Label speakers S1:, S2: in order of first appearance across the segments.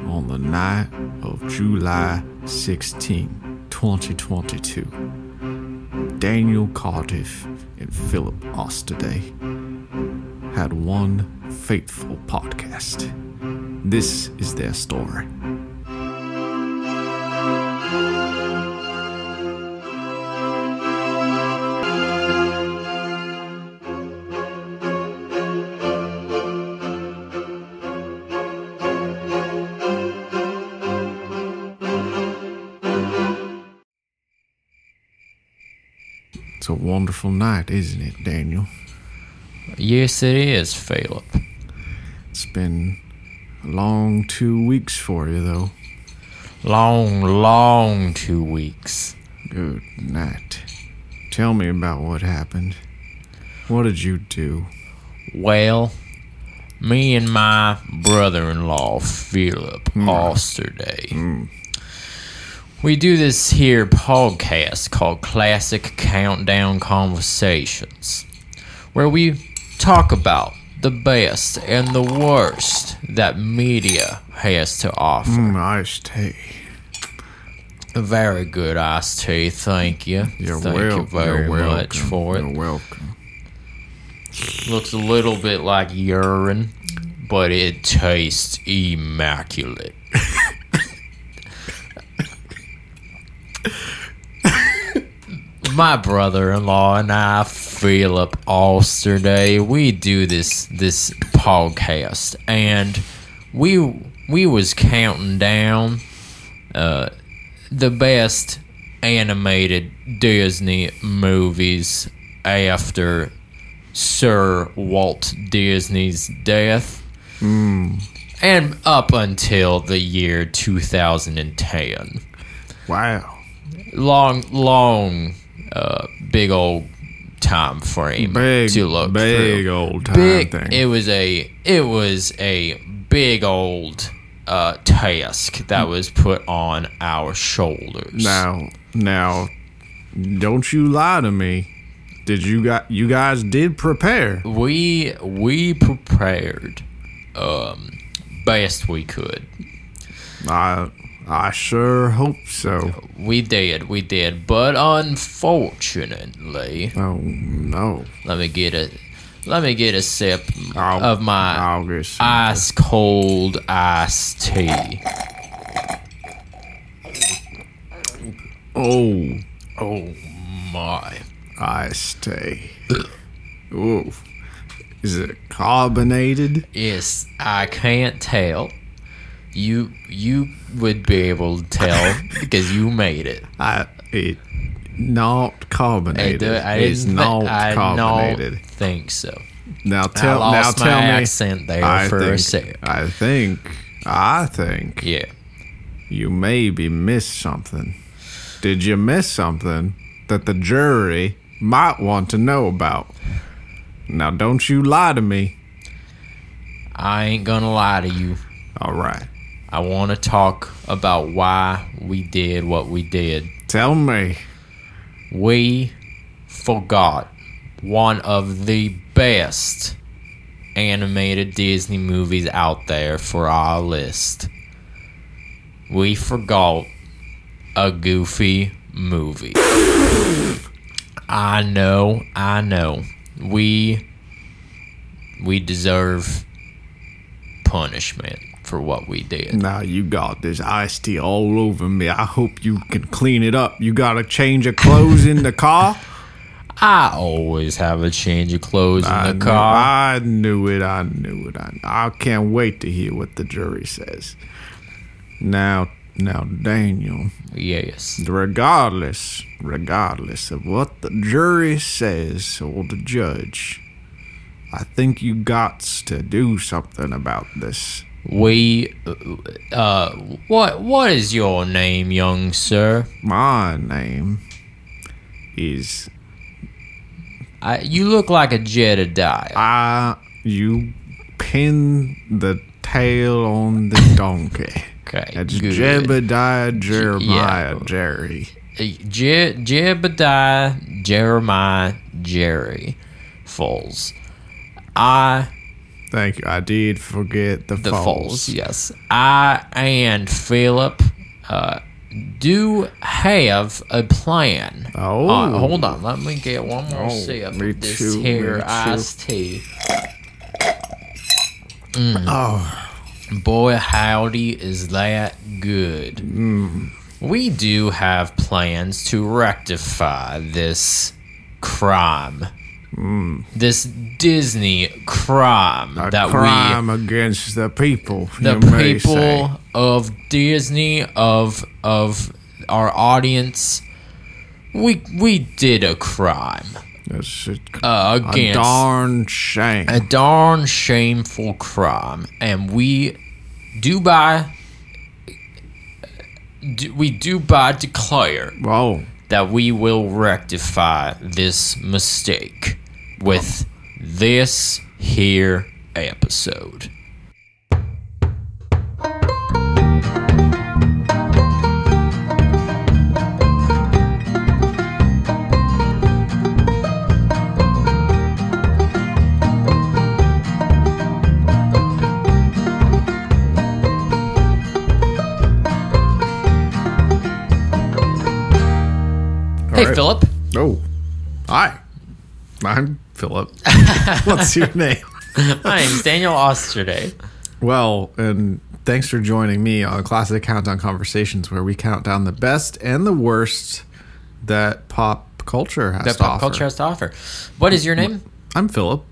S1: on the night of July 16, 2022. Daniel Cardiff and Philip Osterday had one faithful podcast. This is their story. It's a wonderful night, isn't it, Daniel?
S2: Yes, it is, Philip.
S1: It's been a long two weeks for you, though.
S2: Long, long two weeks.
S1: Good night. Tell me about what happened. What did you do?
S2: Well, me and my brother in law, Philip
S1: Mm.
S2: Osterday, we do this here podcast called Classic Countdown Conversations, where we talk about the best and the worst that media has to offer.
S1: Mm, iced tea.
S2: Very good iced tea, thank you.
S1: You're
S2: thank
S1: wel-
S2: you very
S1: you're welcome.
S2: much for
S1: You're
S2: it.
S1: welcome.
S2: Looks a little bit like urine, but it tastes immaculate. My brother-in-law and I, Philip Osterday, we do this this podcast, and we we was counting down uh, the best animated Disney movies after Sir Walt Disney's death.
S1: Hmm.
S2: And up until the year 2010.
S1: Wow.
S2: Long, long, uh, big old time frame
S1: Big,
S2: to look through
S1: big old time
S2: big.
S1: thing.
S2: It was a it was a big old uh, task that was put on our shoulders.
S1: Now, now, don't you lie to me. Did you got you guys did prepare?
S2: We we prepared um, best we could.
S1: I I sure hope so.
S2: We did, we did, but unfortunately,
S1: Oh no,
S2: let me get a let me get a sip
S1: I'll,
S2: of my
S1: I'll get some.
S2: ice cold iced tea.
S1: oh,
S2: Oh my!
S1: I stay. Ooh, is it carbonated?
S2: Yes, I can't tell. You you would be able to tell because you made it.
S1: I it not carbonated.
S2: do- I
S1: it's
S2: didn't thi-
S1: not
S2: I don't
S1: carbonated.
S2: think so.
S1: Now tell
S2: I lost
S1: now
S2: my
S1: tell me.
S2: accent there
S1: I
S2: for
S1: think,
S2: a sec.
S1: I think I think
S2: Yeah.
S1: you maybe missed something. Did you miss something that the jury might want to know about? Now, don't you lie to me.
S2: I ain't gonna lie to you.
S1: All right.
S2: I want to talk about why we did what we did.
S1: Tell me.
S2: We forgot one of the best animated Disney movies out there for our list. We forgot a goofy movie. I know, I know. We we deserve punishment for what we did.
S1: Now, you got this iced tea all over me. I hope you can clean it up. You got to change your clothes in the car?
S2: I always have a change of clothes
S1: I
S2: in
S1: knew-
S2: the car.
S1: Oh, I knew it. I knew it. I, I can't wait to hear what the jury says. Now, now, Daniel.
S2: yes.
S1: regardless regardless of what the jury says or the judge i think you got to do something about this
S2: We, uh, what what is your name, young sir?
S1: my name is
S2: I, you look like a Jedediah.
S1: i you pin the tail on the donkey
S2: Okay,
S1: That's
S2: good.
S1: Jebediah Jeremiah Jerry.
S2: Uh, Je- Jebediah Jeremiah Jerry Foles. I
S1: Thank you. I did forget the,
S2: the
S1: falls.
S2: falls. Yes, I and Philip uh, do have a plan.
S1: Oh.
S2: Uh, hold on. Let me get one more
S1: Oh,
S2: sip
S1: me
S2: of this
S1: too, me
S2: here
S1: too.
S2: iced tea. Mm.
S1: Oh,
S2: Boy, howdy, is that good?
S1: Mm.
S2: We do have plans to rectify this crime. This Disney crime
S1: Mm. a
S2: that we
S1: crime against the people.
S2: the
S1: you may say.
S2: people of Disney of of our audience. We we did a crime
S1: That's a,
S2: uh,
S1: a
S2: against
S1: darn shame.
S2: a darn shameful crime, and we do by do, we do by declare
S1: Whoa.
S2: that we will rectify this mistake with this here episode. hey,
S1: right.
S2: Philip.
S1: Oh. Hi. I'm Philip. What's your name?
S2: My name's Daniel Osterday.
S1: Well, and thanks for joining me on Classic Countdown Conversations, where we count down the best and the worst that pop culture has
S2: That
S1: to
S2: pop
S1: offer.
S2: culture has to offer. What is your name?
S1: I'm Philip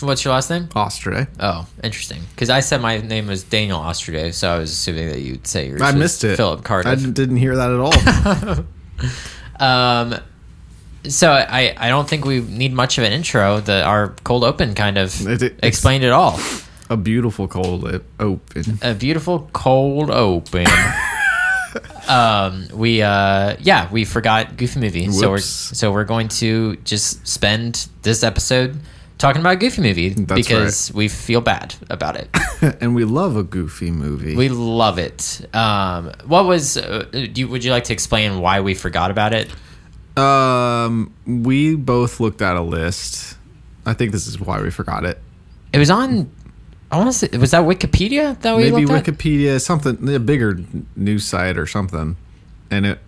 S2: What's your last name?
S1: Osterday.
S2: Oh, interesting. Because I said my name was Daniel Osterday, so I was assuming that you'd say yours.
S1: I
S2: was
S1: missed it.
S2: Philip
S1: I
S2: Cardiff.
S1: didn't- didn't hear that at all.
S2: Um, so I, I don't think we need much of an intro. The our cold open kind of
S1: It- it-
S2: explained it all.
S1: a beautiful cold o- open.
S2: A beautiful cold open. um, we uh, yeah, we forgot Goofy movie, so we're
S1: Whoops.
S2: so we're going to just spend this episode talking about Goofy movie because we feel bad about it.
S1: and we love a goofy movie.
S2: We love it. Um, what was? Uh, do you, would you like to explain why we forgot about it?
S1: um, we both looked at a list. I think this is why we forgot it.
S2: It was on. I want to say was that Wikipedia that we
S1: Maybe
S2: looked at?
S1: Wikipedia, something a bigger n- news site or something, and it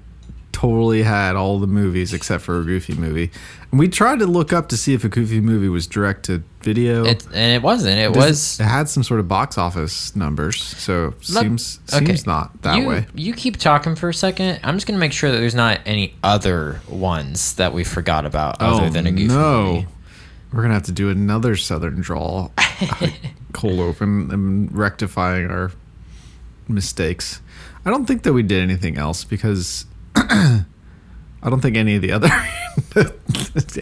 S1: totally had all the movies except for a Goofy movie. And we tried to look up to see if a Goofy movie was direct to video.
S2: It, and it wasn't. It was.
S1: it had some sort of box office numbers, so
S2: Let-
S1: seems
S2: okay.
S1: seems not that
S2: you,
S1: way.
S2: You keep talking for a second. I'm just gonna make sure that there's not any other ones that we forgot about
S1: Oh,
S2: other than a goofy movie.
S1: We're gonna have to do another Southern drawl, cold open, and rectifying our mistakes. I don't think that we did anything else because I don't think any of the other.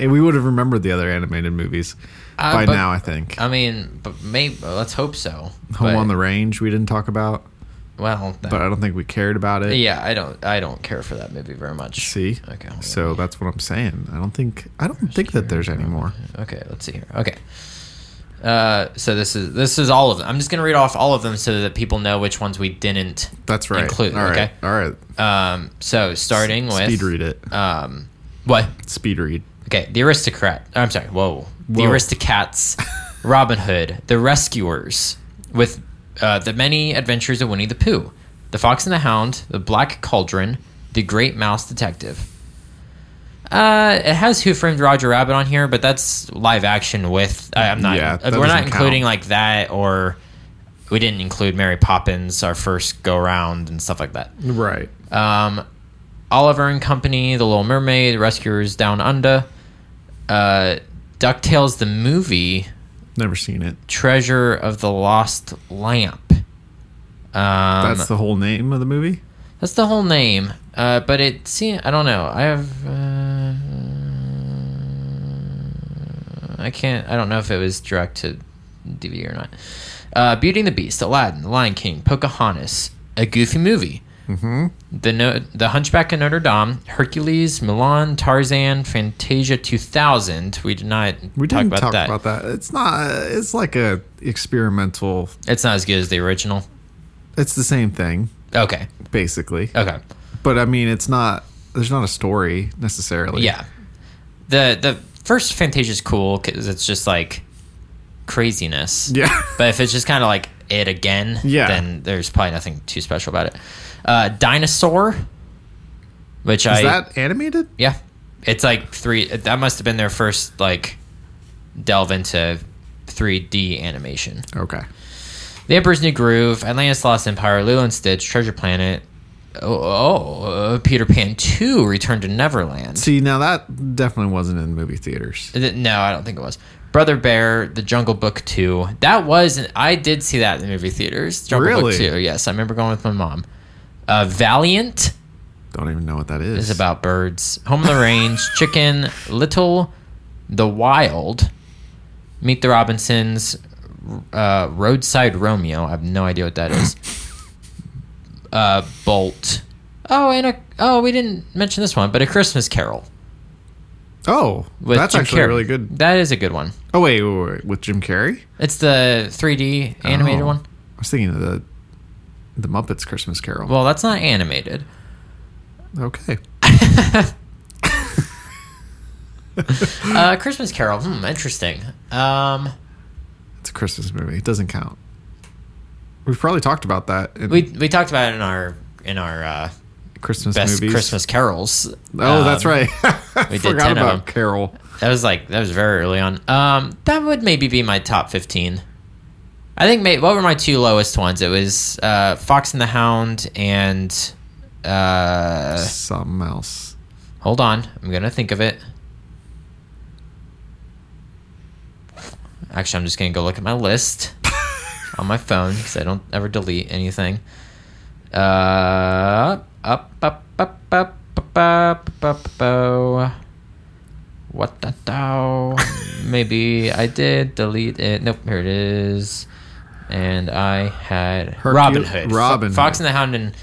S1: we would have remembered the other animated movies
S2: Uh,
S1: by
S2: but-
S1: now. I think
S2: I mean, but maybe let's hope so.
S1: Home
S2: But-
S1: on the Range we didn't talk about,
S2: well, that-
S1: but I don't think we cared about it.
S2: yeah, I don't. I don't care for that movie very much.
S1: See,
S2: Okay. hold on.
S1: so that's what I'm saying. I don't think I don't think that there's any more.
S2: Okay, let's see here. Okay. Uh, so this is this is all of them. I'm just gonna read off all of them so that people know which ones we didn't.
S1: That's right.
S2: Include,
S1: all right,
S2: okay.
S1: all right.
S2: Um, so starting with
S1: Speed read it.
S2: Um, what?
S1: Speed read.
S2: Okay, the aristocrat. I'm sorry. Whoa. The
S1: Whoa.
S2: aristocrats, Robin Hood, the rescuers, with uh, the many adventures of Winnie the Pooh, the Fox and the Hound, the Black Cauldron, the Great Mouse Detective. Uh, it has Who Framed Roger Rabbit on here, but that's live action with. I, I'm not. uh,
S1: Yeah, that
S2: we're not
S1: doesn't
S2: including
S1: count.
S2: like that, or we didn't include Mary Poppins, our first go round, and stuff like that.
S1: Right.
S2: Um, Oliver and Company, The Little Mermaid, Rescuers Down Under, uh, DuckTales the movie,
S1: Never seen it.
S2: Treasure of the Lost Lamp. Um,
S1: That's
S2: that's,
S1: the whole name of the movie.
S2: the whole name, uh, but it see I don't know. I have uh, I can't I don't know if it was direct to DVD or not. Uh, Beauty and the Beast, Aladdin, Lion King, Pocahontas, a goofy movie.
S1: Mm-hmm.
S2: The no- the Hunchback of Notre Dame, Hercules, Milan, Tarzan, Fantasia 2000. We did not
S1: We
S2: talk,
S1: didn't
S2: about,
S1: talk
S2: that.
S1: about that. It's not. It's like a experimental.
S2: It's not as good as the original.
S1: It's the same thing
S2: Okay.
S1: basically,
S2: Okay.
S1: but I mean, it's not. There's not a story necessarily.
S2: Yeah. The the first Fantasia is cool because it's just like craziness.
S1: Yeah.
S2: But if it's just kind of like it again,
S1: Yeah.
S2: then there's probably nothing too special about it. Uh, Dinosaur, which
S1: Is
S2: I
S1: that animated?
S2: yeah, it's like three. That must have been their first like delve into 3D animation.
S1: Okay.
S2: The Emperor's New Groove, Atlantis Lost Empire, Lilo and Stitch, Treasure Planet. Oh, oh, uh, Peter Pan 2, Return to Neverland.
S1: See, now that definitely wasn't in movie theaters.
S2: Th- No, I don't think it was. Brother Bear, The Jungle Book 2. That was, an, I did see that in the movie theaters. Jungle
S1: Really?
S2: Book 2, yes. I remember going with my mom. Uh, Valiant
S1: Don't even know what that is.
S2: is about birds. Home on the Range, Chicken, Little, The Wild, Meet the Robinsons, uh, Roadside Romeo. I have no idea what that is. uh, Bolt. Oh, and a, oh, we didn't mention this one, but A Christmas Carol.
S1: oh,
S2: with
S1: that's
S2: Jim
S1: actually
S2: Carrey.
S1: really good.
S2: That is a good one.
S1: Oh wait, wait, wait, wait, with Jim Carrey?
S2: It's the 3D animated
S1: Oh.
S2: one.
S1: I was thinking of the the Muppets Christmas Carol.
S2: Well, that's not animated.
S1: okay.
S2: Uh, Christmas Carol. Hmm, interesting. Um,
S1: It's a Christmas movie. It doesn't count. We've probably talked about that in
S2: we we talked about it in our in our uh,
S1: Christmas
S2: best
S1: movies.
S2: Christmas carols.
S1: Oh,
S2: Um,
S1: that's right.
S2: we did
S1: Forgot
S2: 10 of
S1: about
S2: them.
S1: Carol.
S2: That was like that was very early on. Um, that would maybe be my top fifteen. I think may, what were my two lowest ones? It was uh, Fox and the Hound and uh,
S1: Something else.
S2: hold on, I'm gonna think of it. Actually, I'm just gonna go look at my list on my phone because I don't ever delete anything. Uh, up, up, up, up, up, up, up, up, up. What the dow? Maybe I did delete it. Nope, here it is. And I had
S1: Hercule-
S2: Robin Hood. Fo-
S1: Robin
S2: Fox
S1: Hood.
S2: and the Hound and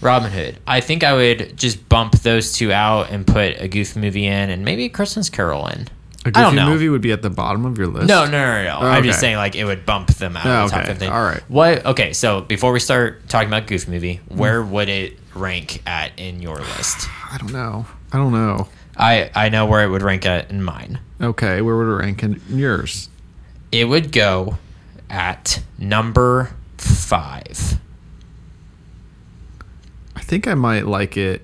S2: Robin Hood. I think I would just bump those two out and put a Goofy movie in and maybe a Christmas Carol in.
S1: A
S2: I don't
S1: goofy
S2: know.
S1: movie would be at the bottom of your list.
S2: No, no, no, no. no.
S1: Oh,
S2: I'm just
S1: okay.
S2: saying, like, it would bump them out
S1: Oh,
S2: of the top
S1: okay.
S2: 15.
S1: All right.
S2: What? Okay, so before we start talking about Goof Movie, where
S1: Hmm.
S2: would it rank at in your list?
S1: I don't know. I don't know.
S2: I, I know where it would rank at in mine.
S1: Okay, where would it rank in yours?
S2: It would go at number five.
S1: I think I might like it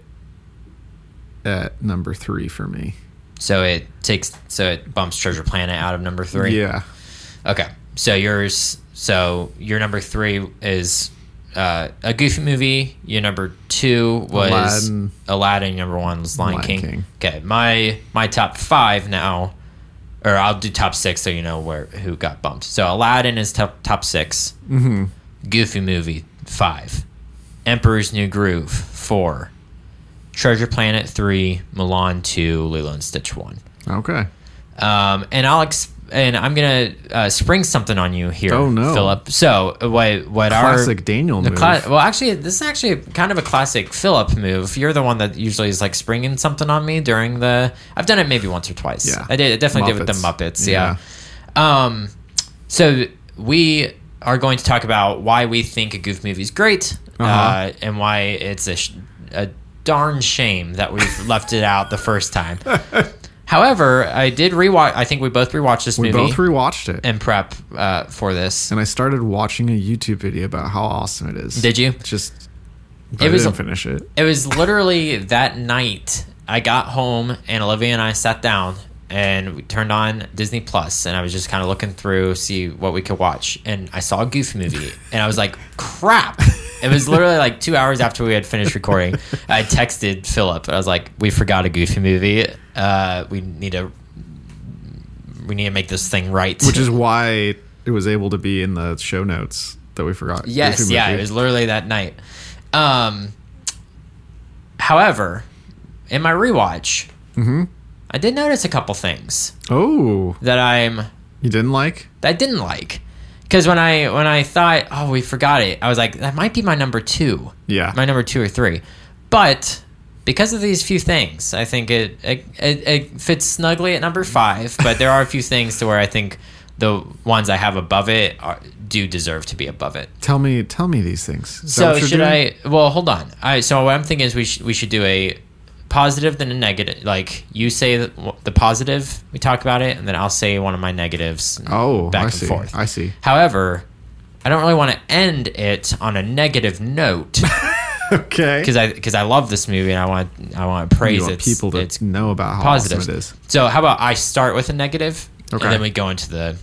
S1: at number three for me.
S2: So it takes, so it bumps Treasure Planet out of number three.
S1: Yeah.
S2: Okay. So yours, so your number three is uh, a Goofy movie. Your number two was
S1: Aladdin.
S2: Aladdin. Your number one was Lion,
S1: Lion
S2: King.
S1: King.
S2: Okay. My my top five now, or I'll do top six so you know where who got bumped. So Aladdin is top top 6 Mm-hmm. Goofy movie five. Emperor's New Groove four. Treasure Planet three. Milan two. Lilo and Stitch one.
S1: Okay.
S2: Um, and I'll ex- and I'm gonna uh, spring something on you here,
S1: Oh, no.
S2: Philip. So uh, what what
S1: Classic
S2: our
S1: Daniel
S2: the
S1: move.
S2: cla- well actually this is actually kind of a classic Philip move. You're the one that usually is like springing something on me during the. I've done it maybe once or twice.
S1: Yeah.
S2: I did I definitely did with the
S1: Muppets.
S2: Muppets. Yeah. Um, so we are going to talk about why we think a goof movie is great, uh
S1: Uh-huh.
S2: and why it's a, sh- a darn shame that we've left it out the first time. However, I did rewatch. I think we both rewatched this
S1: we
S2: movie
S1: both rewatched it.
S2: and prep uh, for this.
S1: and I started watching a YouTube video about how awesome it is.
S2: Did you?
S1: Just but
S2: It
S1: I
S2: was
S1: didn't
S2: a-
S1: finish it.
S2: It was literally that night I got home and Olivia and I sat down and we turned on Disney Plus and I was just kind of looking through see what we could watch and I saw a Goofy movie and I was like crap. It was literally like 2 hours after we had finished recording. I texted Philip and I was like we forgot a Goofy movie. Uh, we need to we need to make this thing right.
S1: Which is why it was able to be in the show notes that we forgot.
S2: Yes,
S1: Goofy
S2: yeah,
S1: movie.
S2: it was literally that night. Um, however, in my rewatch,
S1: Mm-hmm.
S2: I did notice a couple things
S1: Oh,
S2: that I'm
S1: you didn't like?
S2: that I didn't like. Because when I when I thought, oh, we forgot it, I was like, that might be my number two,
S1: Yeah.
S2: my number two or three. But because of these few things, I think it it, it it fits snugly at number five. But there are a few things to where I think the ones I have above it are, do deserve to be above it.
S1: tell me, tell me these things. Is that
S2: So
S1: what you're
S2: should
S1: doing?
S2: I? Well, hold on. I so what I'm thinking is we should we should do a positive, then a negative. Like you say the, the positive, we talk about it, and then I'll say one of my negatives. and
S1: Oh,
S2: back
S1: I
S2: and
S1: see.
S2: forth.
S1: I see.
S2: However, I don't really want to end it on a negative note
S1: Okay.
S2: because I because I love this movie and I want I want to praise
S1: you want
S2: its
S1: people to
S2: its
S1: know about how
S2: positives.
S1: awesome it is.
S2: So how about I start with a negative,
S1: Okay.
S2: and then we go into the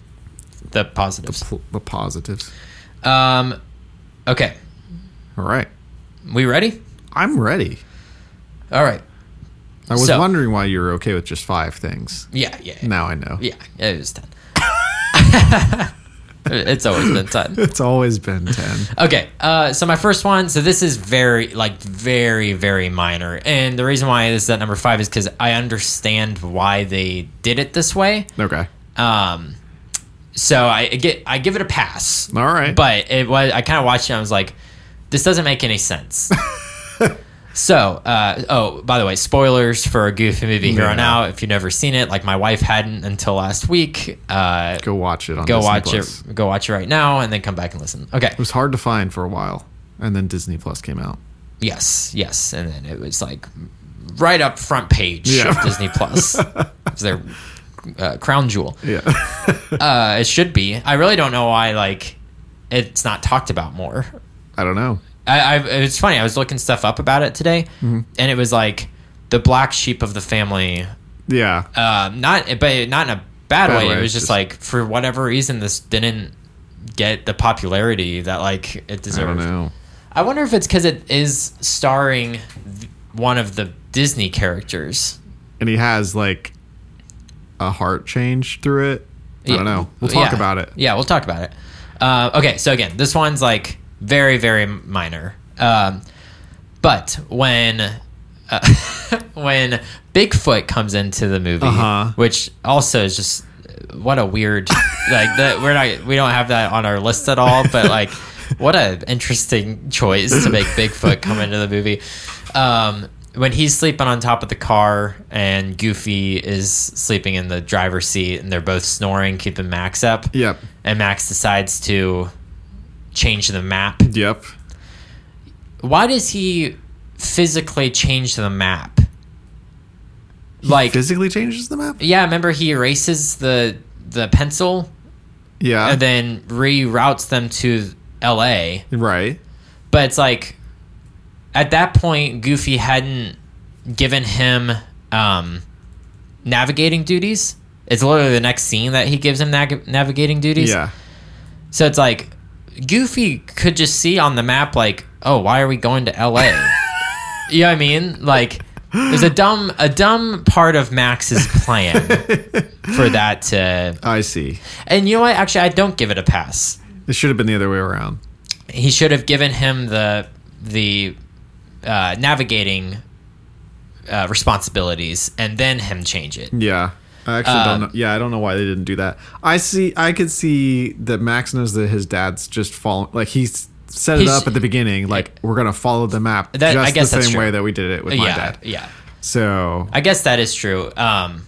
S2: the positives.
S1: Pl- The positives.
S2: Um, okay,
S1: All right.
S2: we ready?
S1: I'm ready.
S2: All right.
S1: I was
S2: So-
S1: wondering why you were okay with just five things.
S2: Yeah, yeah, yeah.
S1: Now I know.
S2: yeah it was ten. it's always been ten.
S1: It's always been 10.
S2: Okay, uh, so my first one. So this is very, like, very, very minor, and the reason why this is at number five is because I understand why they did it this way.
S1: okay.
S2: Um, so I get, I give it a pass.
S1: All right.
S2: But it was, I kind of watched it. and I was like, this doesn't make any sense. so, uh, oh, by the way, spoilers for a goofy movie here on
S1: Yeah.
S2: out. If you've never seen it, like my wife hadn't until last week. Uh,
S1: go watch it on
S2: go
S1: Disney
S2: watch
S1: Plus.
S2: it. Go watch it right now, and then come back and listen. Okay.
S1: It was hard to find for a while, and then Disney Plus came out.
S2: Yes, yes, and then it was like right up front page
S1: Yeah.
S2: of Disney Plus. it's their uh, crown jewel.
S1: Yeah.
S2: Uh, it should be. I really don't know why like it's not talked about more.
S1: I don't know.
S2: I, I it's funny. I was looking stuff up about it today,
S1: Mm-hmm.
S2: and it was like the black sheep of the family.
S1: Yeah.
S2: Um, not but not in a bad,
S1: Bad
S2: way.
S1: way,
S2: It was
S1: it's
S2: just
S1: just-
S2: like for whatever reason this didn't get the popularity that like it
S1: I don't
S2: deserved.
S1: know.
S2: I wonder if it's because it is starring th- one of the Disney characters.
S1: And he has like a heart change through it. I don't know. We'll talk
S2: Yeah.
S1: about it.
S2: Yeah, we'll talk about it. Uh, okay, so again, this one's like very, very minor. Um, but when uh, when Bigfoot comes into the movie,
S1: Uh-huh.
S2: which also is just uh, what a weird like that we're not we don't have that on our list at all, but like what a interesting choice to make Bigfoot come into the movie. Um, when he's sleeping on top of the car and Goofy is sleeping in the driver's seat and they're both snoring, keeping Max up.
S1: Yep.
S2: And Max decides to change the map.
S1: Yep.
S2: Why does he physically change the map? Like Uh,
S1: Physically changes the map?
S2: yeah, remember he erases the the pencil
S1: Yeah.
S2: and then reroutes them to L.A.
S1: right.
S2: But it's like at that point, Goofy hadn't given him um, navigating duties. It's literally the next scene that he gives him nag- navigating duties.
S1: Yeah.
S2: So it's like Goofy could just see on the map like, oh, why are we going to LA? you know what I mean? Like there's a dumb a dumb part of Max's plan for that to
S1: I see.
S2: and you know what? Actually I don't give it a pass.
S1: It should have been the other way around.
S2: He should have given him the the uh, navigating uh, responsibilities and then him change it.
S1: Yeah. I actually
S2: Uh,
S1: don't know. Yeah, I don't know why they didn't do that. I see. I could see that Max knows that his dad's just following. Like he s- set it
S2: He's-
S1: up at the beginning. Like we're gonna follow the map
S2: That-
S1: just
S2: I guess
S1: the
S2: that's
S1: same
S2: true.
S1: way that we did it with my
S2: yeah.
S1: dad.
S2: Yeah.
S1: So
S2: I guess that is true. Um,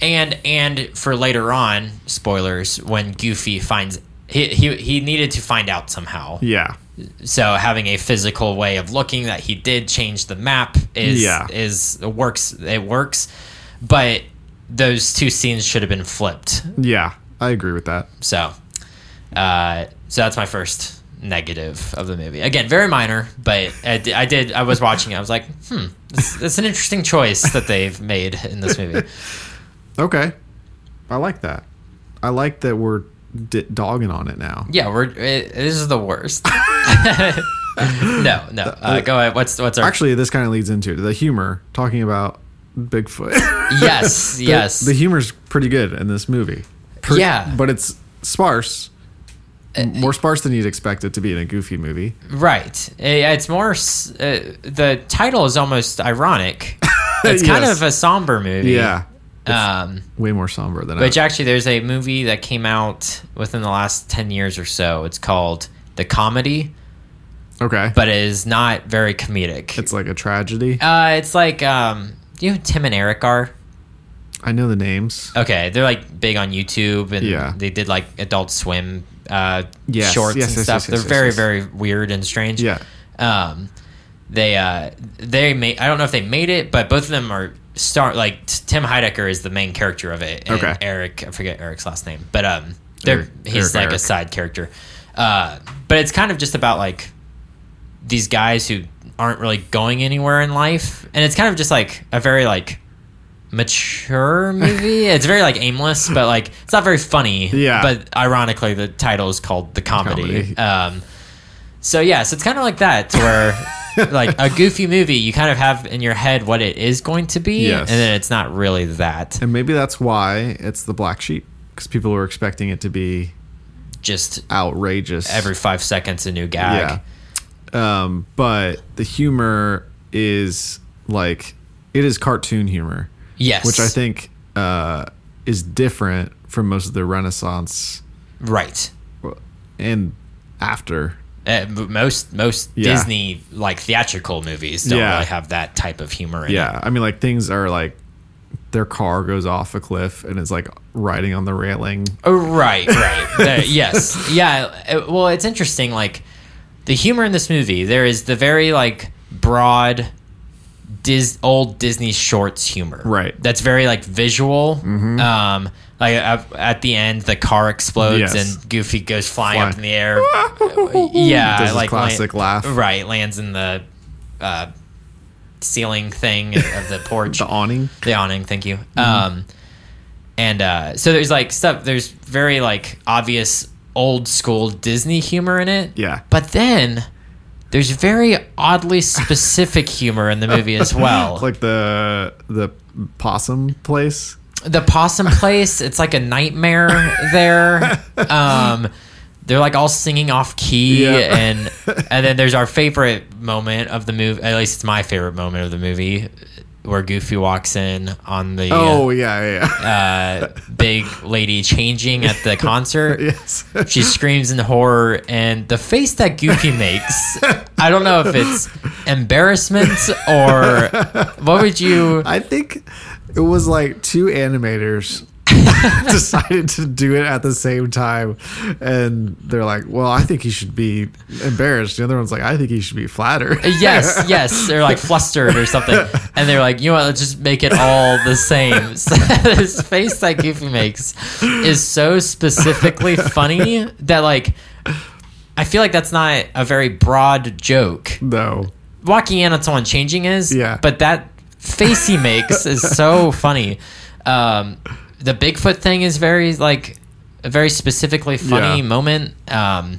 S2: and and for later on, spoilers when Goofy finds he he, he needed to find out somehow.
S1: yeah,
S2: So having a physical way of looking that he did change the map is
S1: Yeah.
S2: is it works it works, but those two scenes should have been flipped.
S1: yeah, I agree with that.
S2: So, uh, so that's my first negative of the movie. Again, very minor, but I di- I did. I was watching. it. I was like, hmm, that's, that's an interesting choice that they've made in this movie.
S1: Okay, I like that. I like that we're d- dogging on it now.
S2: Yeah, we're it, this is the worst. no, no. Uh, go ahead. What's what's our
S1: Actually, this kind of leads into the humor. Talking about Bigfoot.
S2: yes,
S1: the-
S2: yes.
S1: The humor's pretty good in this movie. Pre-
S2: Yeah. Uh,
S1: But it's sparse. More sparse than you'd expect it to be in a goofy movie.
S2: Right. Eh, It's more. s- Uh, the title is almost ironic. It's kind
S1: Yes.
S2: of a somber movie.
S1: Yeah.
S2: Um,
S1: Way more somber than
S2: Which
S1: I
S2: actually, there's a movie that came out within the last 10 years or so. It's called The Comedy,
S1: Okay.
S2: but it is not very comedic. It's,
S1: it's like a tragedy.
S2: uh, it's like, um, do you know who Tim and Eric are?
S1: I know the names.
S2: Okay, they're like big on YouTube and
S1: Yeah.
S2: they did like Adult Swim uh,
S1: Yes,
S2: shorts
S1: yes,
S2: and
S1: yes,
S2: stuff.
S1: yes, yes,
S2: they're
S1: yes,
S2: very, very weird and strange.
S1: Yeah.
S2: Um, they uh they made I don't know if they made it, but both of them are star like t- Tim Heidecker is the main character of it. And
S1: Okay.
S2: Eric, I forget Eric's last name, but um, they're,
S1: Eric-
S2: he's
S1: Eric,
S2: like a
S1: Eric.
S2: side character. Uh, but it's kind of just about like these guys who aren't really going anywhere in life, and it's kind of just like a very like mature movie. it's very like aimless, but like it's not very funny.
S1: Yeah.
S2: But ironically, the title is called the comedy.
S1: Comedy.
S2: Um, so yeah, so it's kind of like that, to where like a goofy movie, you kind of have in your head what it is going to be,
S1: Yes.
S2: and then it's not really that.
S1: And maybe that's why it's the black sheep because people were expecting it to be
S2: Just
S1: outrageous.
S2: every five seconds, a new gag.
S1: Yeah. Um, but the humor is like it is cartoon humor,
S2: Yes,
S1: which I think uh, is different from most of the Renaissance
S2: right.
S1: and after.
S2: Uh, m- most most
S1: Yeah.
S2: Disney like theatrical movies don't
S1: Yeah.
S2: really have that type of humor. In
S1: Yeah, I mean, like things are like their car goes off a cliff and is like riding on the railing.
S2: Oh, right, right. The- yes. Yeah. uh, Well, it's interesting. Like, the humor in this movie, there is the very, like, broad Dis- old Disney shorts humor.
S1: Right. Mm-hmm.
S2: That's very, like, visual. Um, like, uh, at the end, the car explodes
S1: Yes.
S2: and Goofy goes flying up
S1: Flying.
S2: in the air. yeah.
S1: Does his
S2: like, land-
S1: classic laugh.
S2: Right. Lands in the uh, ceiling thing of the porch
S1: The awning.
S2: the awning thank you
S1: Mm-hmm.
S2: um and uh so there's like stuff there's very like obvious old school disney humor in it
S1: Yeah.
S2: but then there's very oddly specific humor in the movie as well
S1: Like the the possum place.
S2: the possum place it's like a nightmare there um they're like all singing off key
S1: Yeah.
S2: and and then there's our favorite moment of the movie at least it's my favorite moment of the movie where goofy walks in on the
S1: Oh yeah, yeah. yeah.
S2: uh, big lady changing at the concert.
S1: yes.
S2: She screams in horror, and the face that Goofy makes, I don't know if it's embarrassment or what would you.
S1: I think it was like two animators decided to do it at the same time, and they're like, "Well, I think he should be embarrassed." The other one's like, "I think he should be flattered."
S2: Yes, yes, they're like flustered or something, and they're like, you know what? Let's just make it all the same. So this face that Goofy makes is so specifically funny that like, I feel like that's not a very broad joke.
S1: No.
S2: walking in on someone changing is.
S1: Yeah.
S2: But that face he makes is so funny. Um, the Bigfoot thing is very like a very specifically funny
S1: Yeah.
S2: moment. Um,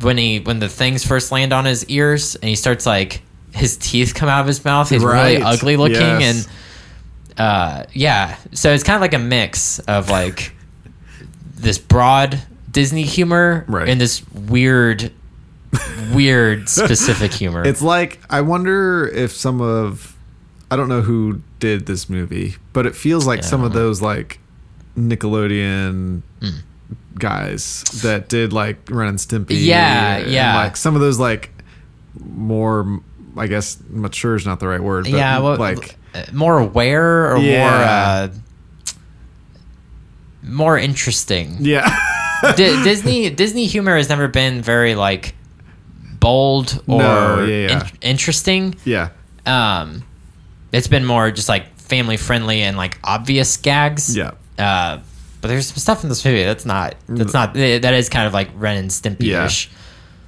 S2: when he when the things first land on his ears and he starts like his teeth come out of his mouth. He's
S1: Right.
S2: really ugly looking
S1: Yes.
S2: and uh, yeah. So it's kind of like a mix of like this broad Disney humor
S1: Right.
S2: and this weird. Weird specific humor.
S1: It's like I wonder if some of I don't know who did this movie, but it feels like some of those like Nickelodeon
S2: Hmm.
S1: guys that did like Ren and Stimpy.
S2: Yeah,
S1: and,
S2: yeah.
S1: Like some of those like more I guess mature is not the right word, but
S2: yeah, well,
S1: like
S2: uh, more aware or
S1: Yeah.
S2: more uh, more interesting.
S1: yeah.
S2: Di- Disney Disney humor has never been very like bold or
S1: No, yeah, yeah.
S2: in- interesting.
S1: yeah.
S2: Um, it's been more just like family friendly and like obvious gags.
S1: Yeah.
S2: Uh, but there's some stuff in this movie that's not that's not
S1: Mm.
S2: that is kind of like Ren and Stimpy ish.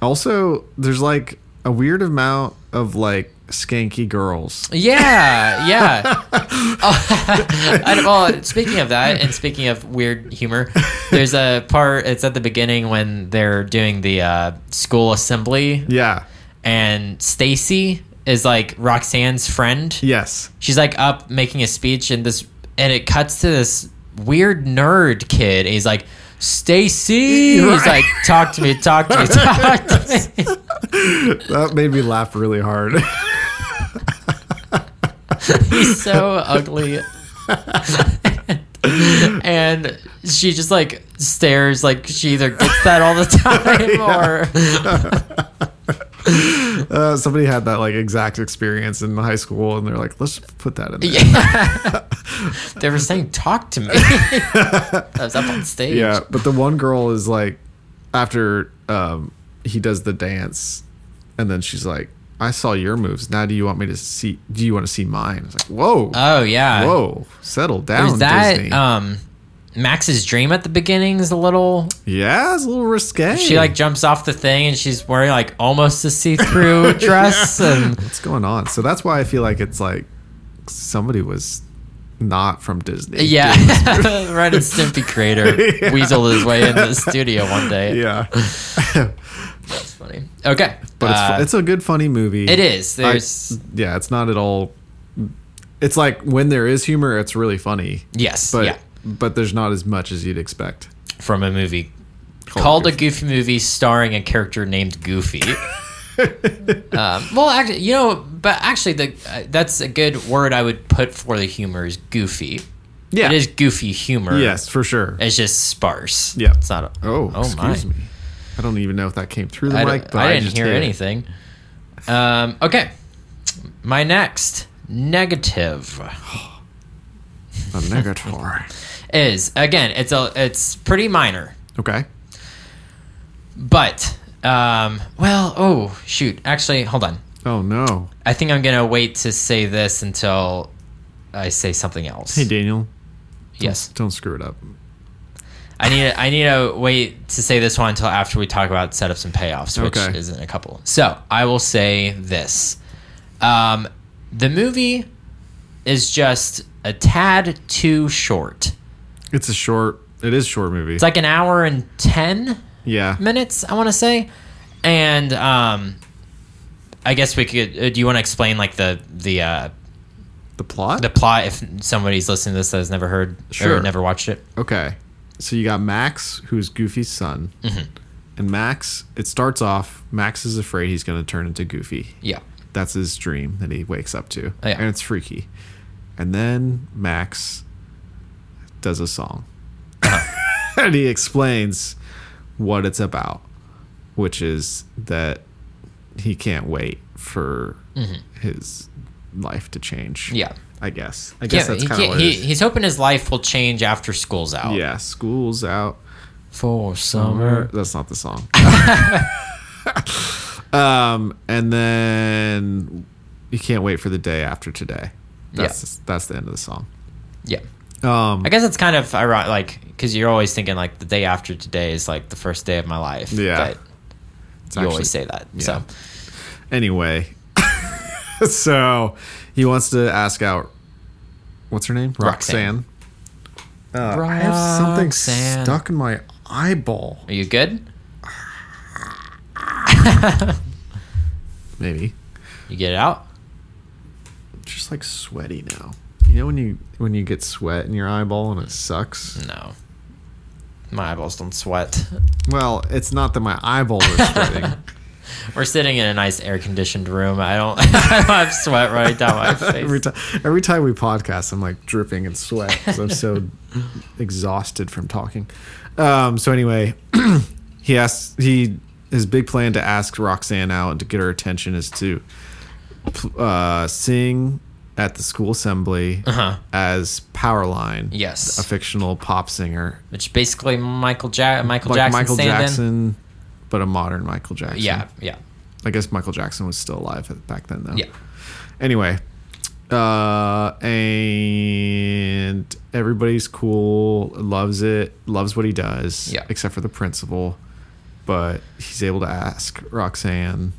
S1: Also, there's like a weird amount of like skanky girls.
S2: Yeah, yeah. oh, I, well, speaking of that, and speaking of weird humor, there's a part. It's at the beginning when they're doing the uh, school assembly,
S1: Yeah.
S2: and Stacy is like Roxanne's friend.
S1: Yes.
S2: She's like up making a speech, and this, and it cuts to this weird nerd kid. And he's like, "Stacy," he's like, "Talk to me, talk to me, talk to me."
S1: That made me laugh really hard.
S2: He's so ugly. and she just like stares like she either gets that all the time or
S1: Uh, somebody had that like exact experience in high school, and they're like, "Let's put that in there."
S2: yeah. they were saying talk to me i was up on stage
S1: Yeah, but the one girl is like, after um, he does the dance, and then she's like, I saw your moves. Now, do you want me to see? Do you want to see mine? It's like, whoa,
S2: Oh yeah.
S1: whoa, settle down,
S2: There's that
S1: Disney.
S2: um Max's dream at the beginning is a little
S1: yeah, it's a little risque.
S2: she like jumps off the thing and she's wearing like almost a see-through dress and
S1: what's going on? So that's why I feel like it's like somebody was not from Disney.
S2: yeah, Ren and Stimpy creator
S1: Yeah.
S2: weaseled his way into the studio one day.
S1: yeah.
S2: That's funny. Okay,
S1: But it's, fu-
S2: Uh,
S1: it's a good, funny movie.
S2: it is.
S1: I-
S2: There's
S1: yeah, it's not at all. It's like when there is humor, it's really funny,
S2: yes,
S1: but
S2: yeah,
S1: but there's not as much as you'd expect.
S2: from a movie
S1: Called
S2: called a Goofy movie starring a character named Goofy. um, well, actually, you know, but actually, the uh, that's a good word I would put for the humor is goofy.
S1: Yeah.
S2: It is goofy humor.
S1: Yes, for sure.
S2: It's just sparse.
S1: Yeah.
S2: It's not.
S1: Oh,
S2: oh
S1: excuse
S2: my.
S1: me. I don't even know if that came through the
S2: I, d-
S1: mic, but
S2: I
S1: I,
S2: didn't
S1: just
S2: hear
S1: did it.
S2: anything. Um, okay. My next negative
S1: A negator.
S2: is again. It's a. It's pretty minor,
S1: okay.
S2: but um. Well. Oh shoot. Actually, hold on.
S1: Oh no.
S2: I think I'm gonna wait to say this until I say something else.
S1: Hey Daniel,
S2: yes,
S1: don't screw it up.
S2: I need I need to wait to say this one until after we talk about setups and payoffs, which
S1: Okay.
S2: is in a couple. So I will say this: um, the movie is just a tad too short.
S1: It's a short. It is a short movie.
S2: It's like an hour and ten
S1: yeah.
S2: minutes, I want to say, and um, I guess we could. Uh, do you want to explain like the the uh,
S1: The plot.
S2: the plot if somebody's listening to this that has never heard or
S1: Sure.
S2: never watched it.
S1: okay. So you got Max, who's Goofy's son,
S2: Mm-hmm.
S1: and Max. It starts off. Max is afraid he's going to turn into Goofy.
S2: Yeah.
S1: That's his dream that he wakes up to.
S2: Oh, yeah.
S1: And it's freaky. And then Max does a song.
S2: Uh-huh.
S1: and he explains what it's about, which is that he can't wait for his life to change.
S2: Mm-hmm. Yeah.
S1: I guess. I
S2: Yeah,
S1: guess that's
S2: he,
S1: kind of
S2: can't-
S1: what
S2: he,
S1: it is.
S2: he's hoping his life will change after school's out.
S1: Yeah, school's out.
S2: For
S1: Summer.
S2: summer.
S1: That's not the song. um, and then you can't wait for the day after today. That's that's the end of the song.
S2: Yeah.
S1: Um,
S2: I guess it's kind of ironic, like, because you're always thinking, like, the day after today is, like, the first day of my life.
S1: Yeah.
S2: But
S1: it's
S2: you
S1: actually-
S2: always say that.
S1: yeah.
S2: So,
S1: anyway. so he wants to ask out. What's her name?
S2: Roxanne.
S1: Roxanne. Uh, I have something
S2: Roxanne.
S1: stuck in my eyeball.
S2: are you good?
S1: Maybe
S2: You get it out?
S1: just like sweaty now. You know when you when you get sweat in your eyeball and it sucks.
S2: No. My eyeballs don't sweat.
S1: Well, it's not that my eyeballs are sweating.
S2: We're sitting in a nice air conditioned room. I don't, I don't have sweat running down my face.
S1: every time every time we podcast i'm like dripping in sweat 'cause i'm so exhausted from talking um so anyway he asks he his big plan to ask roxanne out and to get her attention is to pl- uh sing at the school assembly
S2: Uh-huh.
S1: as powerline
S2: Yes.
S1: a fictional pop singer
S2: Which basically Michael ja- Michael
S1: like
S2: Jackson.
S1: michael
S2: stand-in.
S1: jackson but a modern michael jackson
S2: Yeah, yeah,
S1: I guess Michael Jackson was still alive at- back then, though.
S2: Yeah.
S1: Anyway, uh, and everybody's cool, loves it, loves what he does,
S2: Yeah.
S1: except for the principal. But he's able to ask Roxanne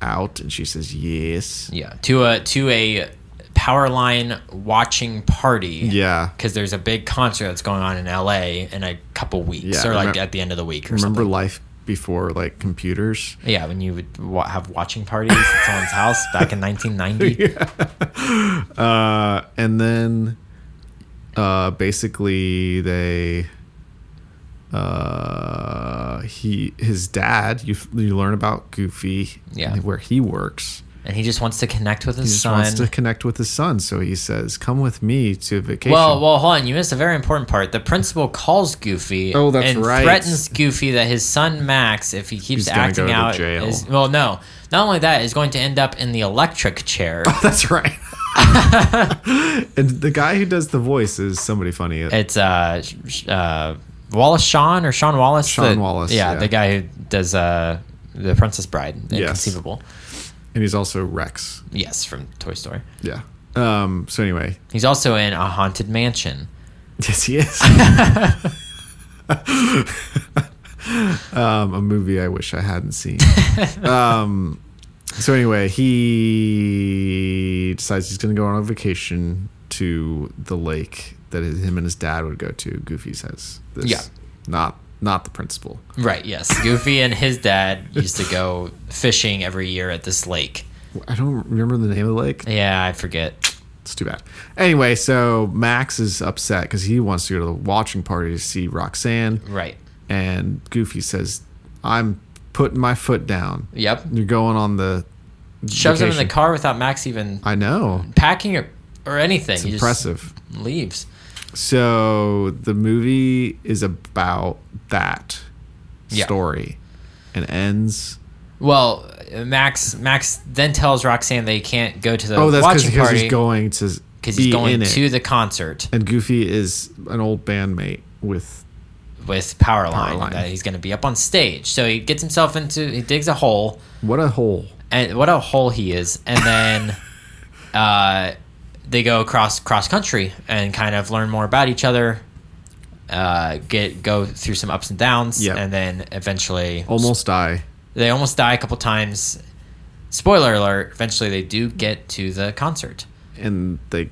S1: out, and she says yes.
S2: yeah. To a to a power line watching party.
S1: Yeah.
S2: Because there's a big concert that's going on in LA in a couple weeks,
S1: Yeah,
S2: or like
S1: remem-
S2: at the end of the week, or
S1: Remember
S2: something.
S1: life before like computers?
S2: Yeah, when you would wa- have watching parties at someone's house back in 1990.
S1: Uh, and then uh, basically they uh, he his dad you you learn about Goofy
S2: Yeah.
S1: and where he works.
S2: And he just wants to connect with
S1: He
S2: his
S1: just
S2: son.
S1: wants to connect with his son, so he says, "Come with me to vacation."
S2: Well, well, hold on. You missed a very important part. The principal calls Goofy.
S1: Oh, that's
S2: and
S1: right.
S2: Threatens Goofy that his son Max, if he keeps
S1: He's gonna
S2: acting
S1: go to
S2: out,
S1: jail.
S2: is well, no. Not only that, is going to end up in the electric chair.
S1: that's right. and the guy who does the voice is somebody funny.
S2: it's uh, sh- sh- uh, Wallace Shawn or Sean Wallace.
S1: Shawn
S2: the-
S1: Wallace,
S2: Yeah,
S1: yeah.
S2: the guy who does uh, the Princess Bride,
S1: Yes.
S2: Inconceivable.
S1: and he's also Rex.
S2: Yes, from Toy Story.
S1: Yeah. Um. So anyway,
S2: He's also in A Haunted Mansion.
S1: yes, he is. um, a movie I wish I hadn't seen. um. So anyway, he decides he's going to go on a vacation to the lake that his, him and his dad would go to. Goofy says this.
S2: Yeah.
S1: Not not the principal.
S2: Right, yes. Goofy and his dad used to go fishing every year at this lake.
S1: I don't remember the name of the lake.
S2: Yeah, I forget.
S1: It's too bad. Anyway, so Max is upset because he wants to go to the watching party to see Roxanne,
S2: Right.
S1: and Goofy says, "I'm putting my foot down.
S2: Yep.
S1: You're going on the
S2: Shoves him in
S1: vacation."
S2: the car without Max even
S1: I know.
S2: packing or, or anything.
S1: It's
S2: He just
S1: impressive.
S2: leaves.
S1: So the movie is about that
S2: Yeah.
S1: story, and ends.
S2: Well, Max Max then tells Roxanne they can't go to the
S1: Oh, that's 'cause-
S2: watching
S1: because
S2: party
S1: he's going to
S2: because
S1: be
S2: he's going
S1: in
S2: to
S1: it,
S2: the concert
S1: and Goofy is an old bandmate with
S2: with Powerline,
S1: Powerline.
S2: that he's going to be up on stage. So he gets himself into he digs a hole
S1: what a hole.
S2: and what a hole he is, and then uh, they go across cross country and kind of learn more about each other. Uh, get go through some ups and downs,
S1: Yep.
S2: and then eventually
S1: Almost die.
S2: they almost die a couple times. Spoiler alert, eventually they do get to the concert.
S1: and they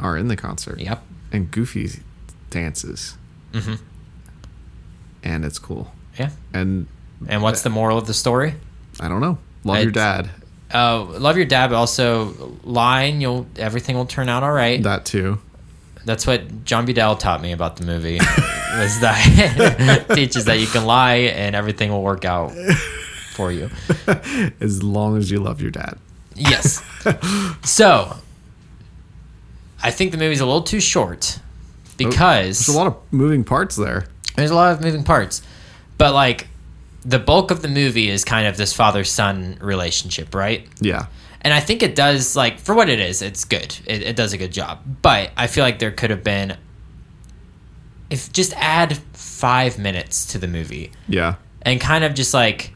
S1: are in the concert.
S2: Yep.
S1: And Goofy dances. Mm-hmm. And it's cool.
S2: Yeah.
S1: And
S2: And what's
S1: Uh,
S2: the moral of the story?
S1: I don't know. Love your
S2: It's-
S1: dad.
S2: Uh, love your dad, but also line. You'll everything will turn out all right.
S1: That too.
S2: That's what John Budell taught me about the movie. was that teaches that you can lie and everything will work out for you.
S1: As long as you love your dad.
S2: Yes. So, I think the movie's a little too short because
S1: There's a lot of moving parts there.
S2: there's a lot of moving parts but like the bulk of the movie is kind of this father-son relationship right
S1: Yeah.
S2: and i think it does like for what it is it's good it, it does a good job but i feel like there could have been if just add five minutes to the movie
S1: Yeah.
S2: and kind of just like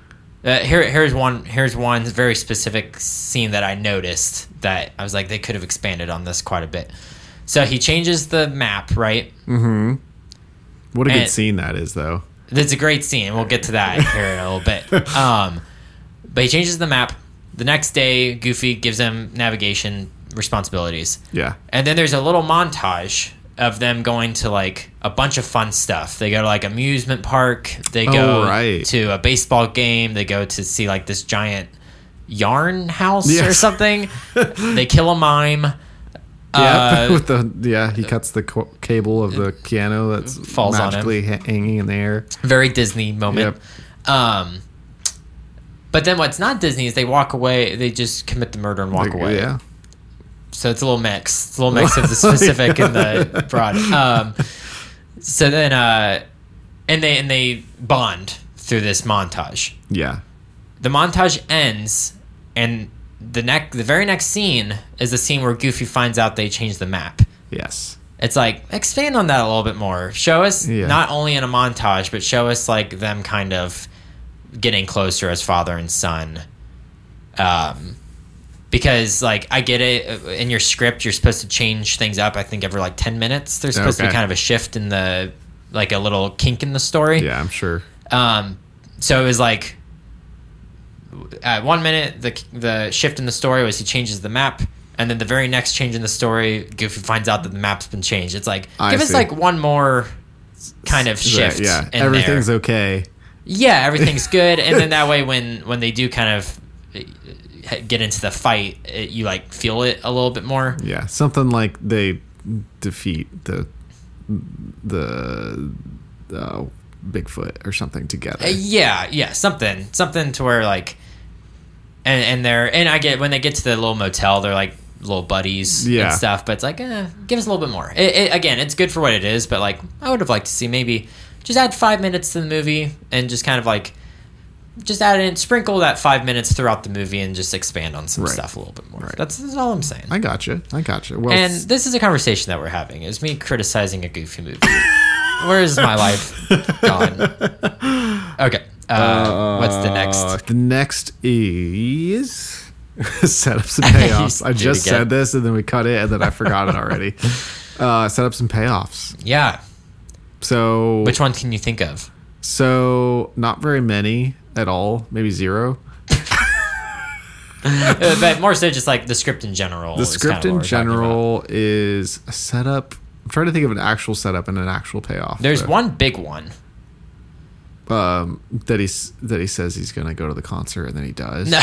S2: uh, here here's one here's one very specific scene that I noticed that I was like they could have expanded on this quite a bit. So he changes the map, right?
S1: What a good
S2: And-
S1: scene that is though.
S2: That's a great scene. We'll get to that here in a little bit. Um, but he changes the map. The next day, Goofy gives him navigation responsibilities.
S1: Yeah.
S2: And then there's a little montage of them going to like a bunch of fun stuff. They go to like amusement park. They go
S1: Oh, right.
S2: to a baseball game. They go to see like this giant yarn house or
S1: Yeah.
S2: something. they kill a mime.
S1: yeah,
S2: Uh,
S1: with the yeah, he cuts the co- cable of the piano that's
S2: Falls on him.
S1: magically ha- hanging in the air.
S2: very Disney moment. Um, but then what's not Disney is they walk away. They just commit the murder and walk away.
S1: Yeah,
S2: so it's a little mix. It's a little mix of the specific and the broad. Um, so then, uh, and they and they bond through this montage.
S1: yeah,
S2: The montage ends, and the neck, the very next scene is the scene where Goofy finds out they changed the map.
S1: yes,
S2: It's like expand on that a little bit more. Show us
S1: Yeah.
S2: not only in a montage, but show us like them kind of getting closer as father and son. Um, because like I get it uh, in your script, you're supposed to change things up. I think every like ten minutes, there's supposed to be
S1: Okay.
S2: kind of a shift in the like a little kink in the story.
S1: yeah. I'm sure.
S2: Um, so it was like at one minute the the shift in the story was he changes the map, and then the very next change in the story, Goofy finds out that the map's been changed. It's like
S1: I
S2: give us
S1: see.
S2: like one more kind of shift.
S1: Yeah,
S2: in
S1: everything's
S2: there.
S1: okay.
S2: yeah, everything's good, and then that way when when they do kind of uh, get into the fight, it, you like feel it a little bit more.
S1: Yeah, something like they defeat the the uh, Bigfoot or something together.
S2: Uh, yeah, yeah, something, something to where like, and and they're and I get when they get to the little motel, they're like little buddies
S1: Yeah.
S2: and stuff. But it's like, eh, give us a little bit more. It, it, again, it's good for what it is, but like, I would have liked to see maybe just add five minutes to the movie and just kind of like, just add in sprinkle that five minutes throughout the movie and just expand on some
S1: Right.
S2: stuff a little bit more. That's, that's all I'm saying.
S1: I gotcha. I gotcha. Well,
S2: and
S1: s-
S2: this is a conversation that we're having. Is me criticizing a goofy movie. Where is my life gone? Okay. Uh, what's the next?
S1: uh, the next is setups and payoffs. I
S2: Did it
S1: just
S2: again.
S1: said this and then we cut it and then I forgot it already. Uh, setups and payoffs.
S2: Yeah.
S1: So
S2: Which one can you think of?
S1: so not very many at all. Maybe zero.
S2: Uh, but more so, just like the script in general.
S1: The
S2: is
S1: script
S2: kinda what
S1: in
S2: we're talking about.
S1: general is a setup. I'm trying to think of an actual setup and an actual payoff.
S2: There's
S1: but,
S2: one big one.
S1: um, that he's that he says he's gonna go to the concert and then he does.
S2: No.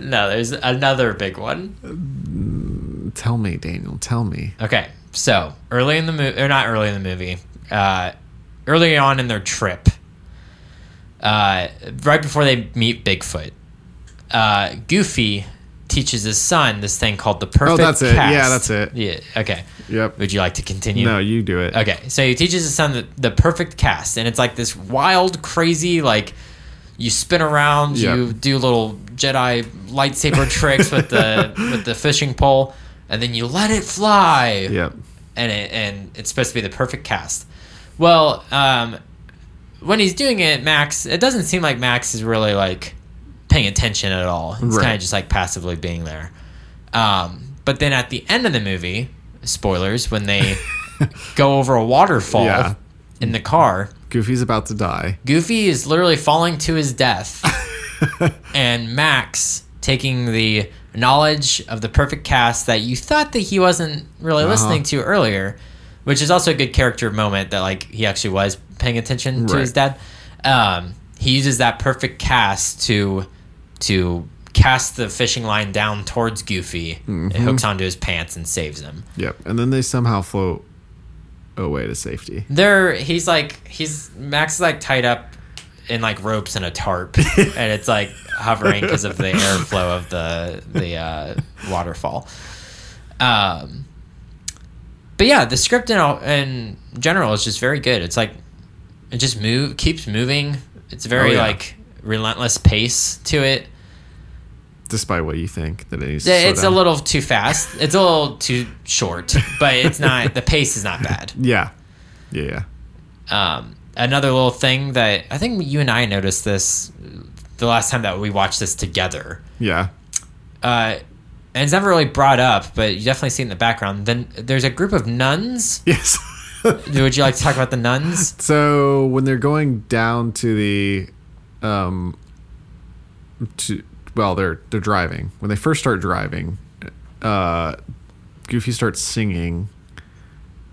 S2: no, there's another big one.
S1: Tell me, Daniel. Tell me.
S2: Okay, so early in the movie, or not early in the movie, uh, early on in their trip, uh, right before they meet Bigfoot, uh, Goofy teaches his son this thing called the perfect.
S1: Oh, that's it. Yeah,
S2: cast.
S1: that's it.
S2: Yeah. Okay.
S1: Yep.
S2: Would you like to continue?
S1: No, you do it.
S2: Okay, so he teaches his son the, the perfect cast, and it's like this wild, crazy, like you spin around,
S1: Yeah.
S2: you do little Jedi lightsaber tricks with the with the fishing pole, and then you let it fly.
S1: Yep.
S2: And it, and it's supposed to be the perfect cast. Well, um, when he's doing it, Max, it doesn't seem like Max is really like paying attention at all. He's
S1: Right.
S2: kind of just like passively being there. Um, but then at the end of the movie, spoilers, when they go over a waterfall
S1: Yeah.
S2: in the car,
S1: Goofy's about to die.
S2: Goofy is literally falling to his death, and Max taking the knowledge of the perfect cast that you thought that he wasn't really listening to earlier, which is also a good character moment that like he actually was paying attention to
S1: Right.
S2: his dad. Um, he uses that perfect cast to to cast the fishing line down towards Goofy. It hooks onto his pants and saves him.
S1: Yep. And then they somehow float away to safety.
S2: They're he's like he's Max is like tied up in like ropes and a tarp, and it's like hovering because of the airflow of the the uh, waterfall. Um, but yeah, the script in all, in general is just very good. It's like it just move keeps moving. It's very
S1: Oh, yeah.
S2: like relentless pace to it.
S1: Despite what you think that it needs to slow
S2: It's a
S1: down.
S2: little too fast. It's a little too short, but it's not. The pace is not bad.
S1: Yeah. Yeah. yeah.
S2: Um, another little thing that I think you and I noticed this the last time that we watched this together,
S1: Yeah.
S2: uh, and it's never really brought up, but you definitely see it in the background. Then there's a group of nuns.
S1: Yes.
S2: Would you like to talk about the nuns?
S1: so when they're going down to the um to well, they're they're driving. When they first start driving, uh Goofy starts singing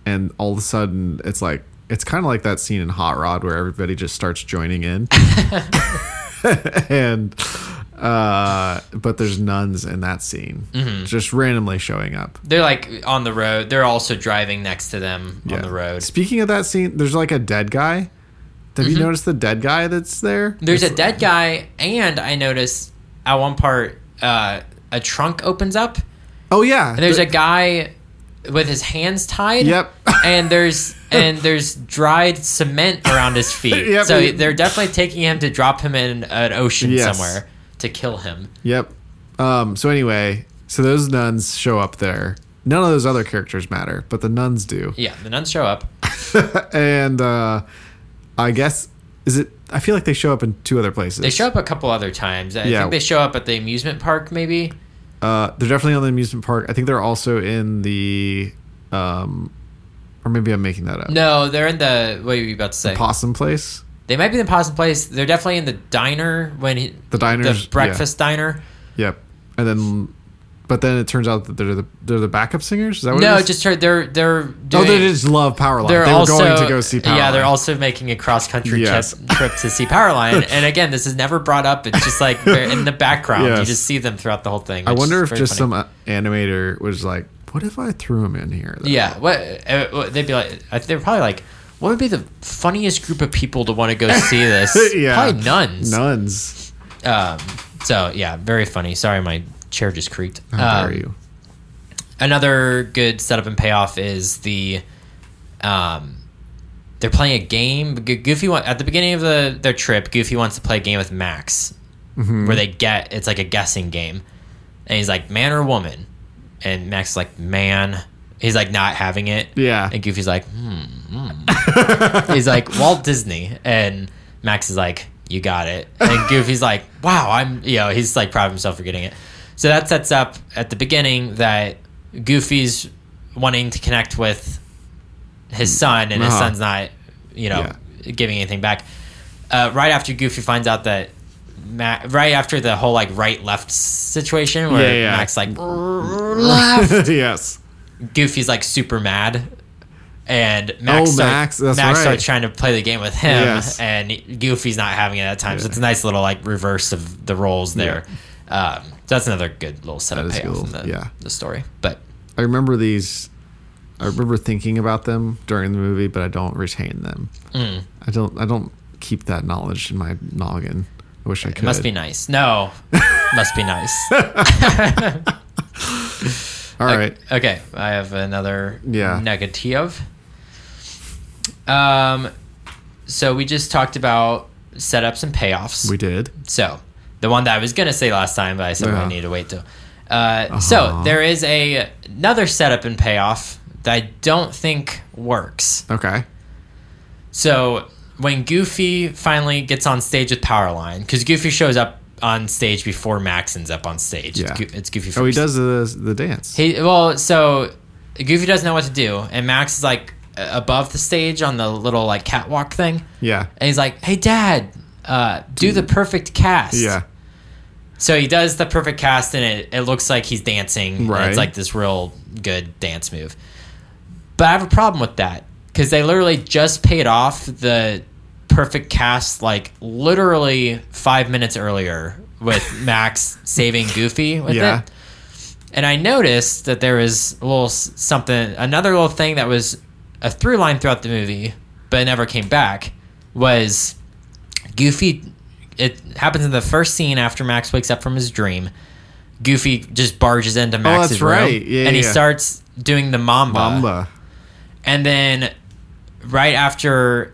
S1: and all of a sudden it's like it's kind of like that scene in Hot Rod where everybody just starts joining in. and uh but there's nuns in that scene just randomly showing up.
S2: They're like on the road. They're also driving next to them on the road. Mm-hmm.
S1: Speaking of that scene, there's like a dead guy. Have you noticed the dead guy that's there?
S2: There's a
S1: It's-
S2: dead guy, and I noticed at one part uh, a trunk opens up.
S1: Oh yeah.
S2: And there's a guy with his hands tied.
S1: Yep.
S2: and there's and there's dried cement around his feet.
S1: Yep.
S2: So they're definitely taking him to drop him in an ocean
S1: Yes.
S2: somewhere to kill him.
S1: Yep. Um, so anyway, so those nuns show up there. None of those other characters matter, but the nuns do.
S2: Yeah, the nuns show up.
S1: And uh, I guess is it? I feel like they show up in two other places.
S2: They show up a couple other times. I
S1: Yeah.
S2: think they show up at the amusement park maybe.
S1: Uh, they're definitely on the amusement park. I think they're also in the, um, or maybe I'm making that up.
S2: No, they're in the what were you about to say?
S1: Possum place.
S2: they might be in the possum place. They're definitely in the diner when he,
S1: The diners.
S2: the breakfast diner.
S1: Yeah. Yep. And then, but then it turns out that they're the they're the backup singers. Is that what Oh,
S2: No,
S1: it
S2: it
S1: is?
S2: just heard they're they're
S1: Oh,
S2: doing
S1: they just love Powerline. They
S2: they're
S1: were
S2: also
S1: going to go see Powerline.
S2: yeah they're also making a cross country
S1: Yes.
S2: trip, trip to see Powerline and again this is never brought up it's just like they're in the background you
S1: Yes.
S2: just see them throughout the whole thing
S1: I
S2: which
S1: wonder
S2: is
S1: if
S2: very
S1: just
S2: funny.
S1: some uh, animator was like, "What if I threw him in here?" though?"
S2: yeah what uh, what- they'd be like I- they're probably like what would be the funniest group of people to want to go see this
S1: Yeah.
S2: probably nuns
S1: nuns.
S2: um, so yeah very funny sorry my chair just creaked
S1: How
S2: Um,
S1: dare you?
S2: another good setup and payoff is the um they're playing a game G- goofy wa- at the beginning of the their trip goofy wants to play a game with max where they get it's like a guessing game and he's like man or woman and max is like man he's like not having it
S1: Yeah.
S2: and goofy's like hmm, hmm. he's like walt disney and max is like you got it. And Goofy's like, wow, I'm, you know, he's like proud of himself for getting it. So that sets up at the beginning that Goofy's wanting to connect with his son, and his
S1: Uh-huh.
S2: son's not, you know, giving anything back. Uh, right after Goofy finds out that. Ma- right after the whole like right left situation where
S1: Yeah, yeah.
S2: Max like left
S1: yes.
S2: Goofy's like super mad, and Max,
S1: Oh,
S2: start-
S1: Max, that's right.
S2: starts trying to play the game with him,
S1: Yes.
S2: and Goofy's not having it at times. So it's a nice little like reverse of the roles there. Um, so that's another good little setup
S1: is
S2: payoff
S1: cool,
S2: in the,
S1: yeah.
S2: the story. But
S1: I remember these. I remember thinking about them during the movie, but I don't retain them.
S2: Mm.
S1: I don't. I don't keep that knowledge in my noggin. I wish I could.
S2: it must be nice. No, must be nice.
S1: All right.
S2: Okay, I have another
S1: Yeah.
S2: negative. Um, so we just talked about setups and payoffs.
S1: We did.
S2: So, the one that I was gonna say last time, but I said
S1: Yeah. Uh-huh.
S2: we need to wait till. Uh, So there is a another setup and payoff that I don't think works.
S1: Okay.
S2: So when Goofy finally gets on stage with Powerline, because Goofy shows up on stage before Max ends up on stage. It's,
S1: Yeah.
S2: Go- it's Goofy. First.
S1: Oh, he does the the dance.
S2: He well, so Goofy doesn't know what to do, and Max is like uh, above the stage on the little like catwalk thing,
S1: yeah.
S2: and he's like, "Hey, Dad." Uh, do the perfect cast.
S1: Yeah.
S2: So he does the perfect cast, and it, it looks like he's dancing. and
S1: Right.
S2: it's like this real good dance move. But I have a problem with that because they literally just paid off the perfect cast like literally five minutes earlier with Max saving Goofy with
S1: Yeah.
S2: it. And I noticed that there was a little s- something, another little thing that was a through line throughout the movie, but it never came back. Was Goofy. It happens in the first scene after Max wakes up from his dream. Goofy just barges into Max's
S1: Oh, that's right.
S2: room,
S1: Yeah,
S2: and he
S1: yeah.
S2: starts doing the mamba.
S1: Mamba.
S2: And then, right after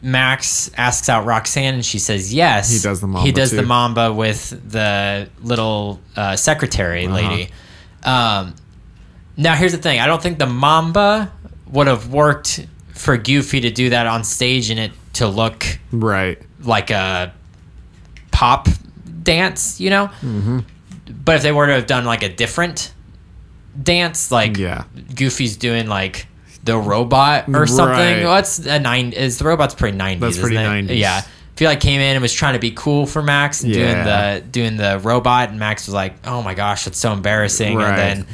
S2: Max asks out Roxanne, and she says yes,
S1: He does the
S2: He
S1: Mamba,
S2: does the
S1: too.
S2: mamba with the little uh, secretary
S1: Uh-huh.
S2: lady. Um, now, here's the thing: I don't think the mamba would have worked for Goofy to do that on stage and it to look
S1: Right.
S2: like a pop dance, you know. But if they were to have done like a different dance, like
S1: Yeah.
S2: Goofy's doing like the robot or something.
S1: Right.
S2: Well, that's a nine. Is the robot's pretty nineties?
S1: That's pretty
S2: isn't it?
S1: 90s.
S2: Yeah. I feel like came in and was trying to be cool for Max and
S1: Yeah.
S2: doing the doing the robot, and Max was like, "Oh my gosh, that's so embarrassing."
S1: Right.
S2: And then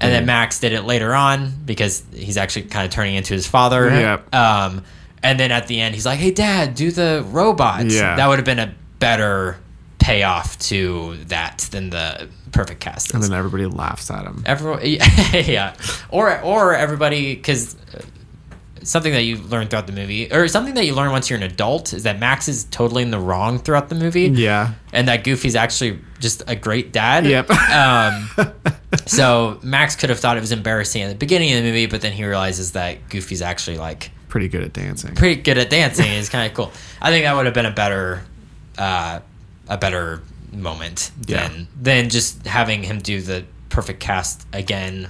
S2: and then Max did it later on because he's actually kind of turning into his father.
S1: Yep.
S2: Um, and then at the end, he's like, "Hey, Dad, do the robot."
S1: Yeah.
S2: That would have been a better payoff to that than the perfect cast.
S1: And then everybody laughs at him.
S2: Everyone, yeah, or or everybody, because something that you learn throughout the movie, or something that you learn once you're an adult, is that Max is totally in the wrong throughout the movie,
S1: Yeah.
S2: and that Goofy's actually just a great dad.
S1: Yep.
S2: Um, so Max could have thought it was embarrassing at the beginning of the movie, but then he realizes that Goofy's actually like
S1: Pretty good at dancing.
S2: pretty good at dancing. It's kind of cool. I think that would have been a better, uh, a better moment
S1: Yeah.
S2: than than just having him do the perfect cast again,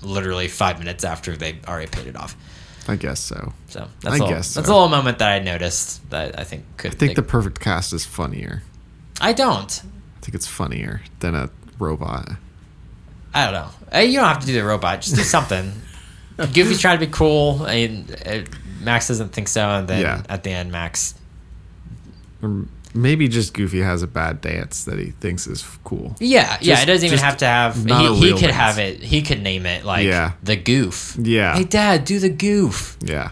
S2: literally five minutes after they already paid it off.
S1: I guess so.
S2: So that's
S1: I
S2: all.
S1: guess
S2: That's a
S1: so.
S2: little moment that I noticed that I think could.
S1: I think the perfect cast is funnier.
S2: I don't.
S1: I think it's funnier than a robot.
S2: I don't know. Uh, You don't have to do the robot. Just do something. Goofy's trying to be cool, and uh, Max doesn't think so. And then
S1: Yeah.
S2: at the end, Max.
S1: Or maybe just Goofy has a bad dance that he thinks is f- cool.
S2: Yeah, yeah.
S1: Just-
S2: It doesn't even
S1: just
S2: have to have.
S1: not
S2: He,
S1: a
S2: he
S1: real
S2: could
S1: dance.
S2: have it. He could name it like
S1: Yeah.
S2: the goof.
S1: Yeah.
S2: Hey, Dad, do the goof.
S1: Yeah.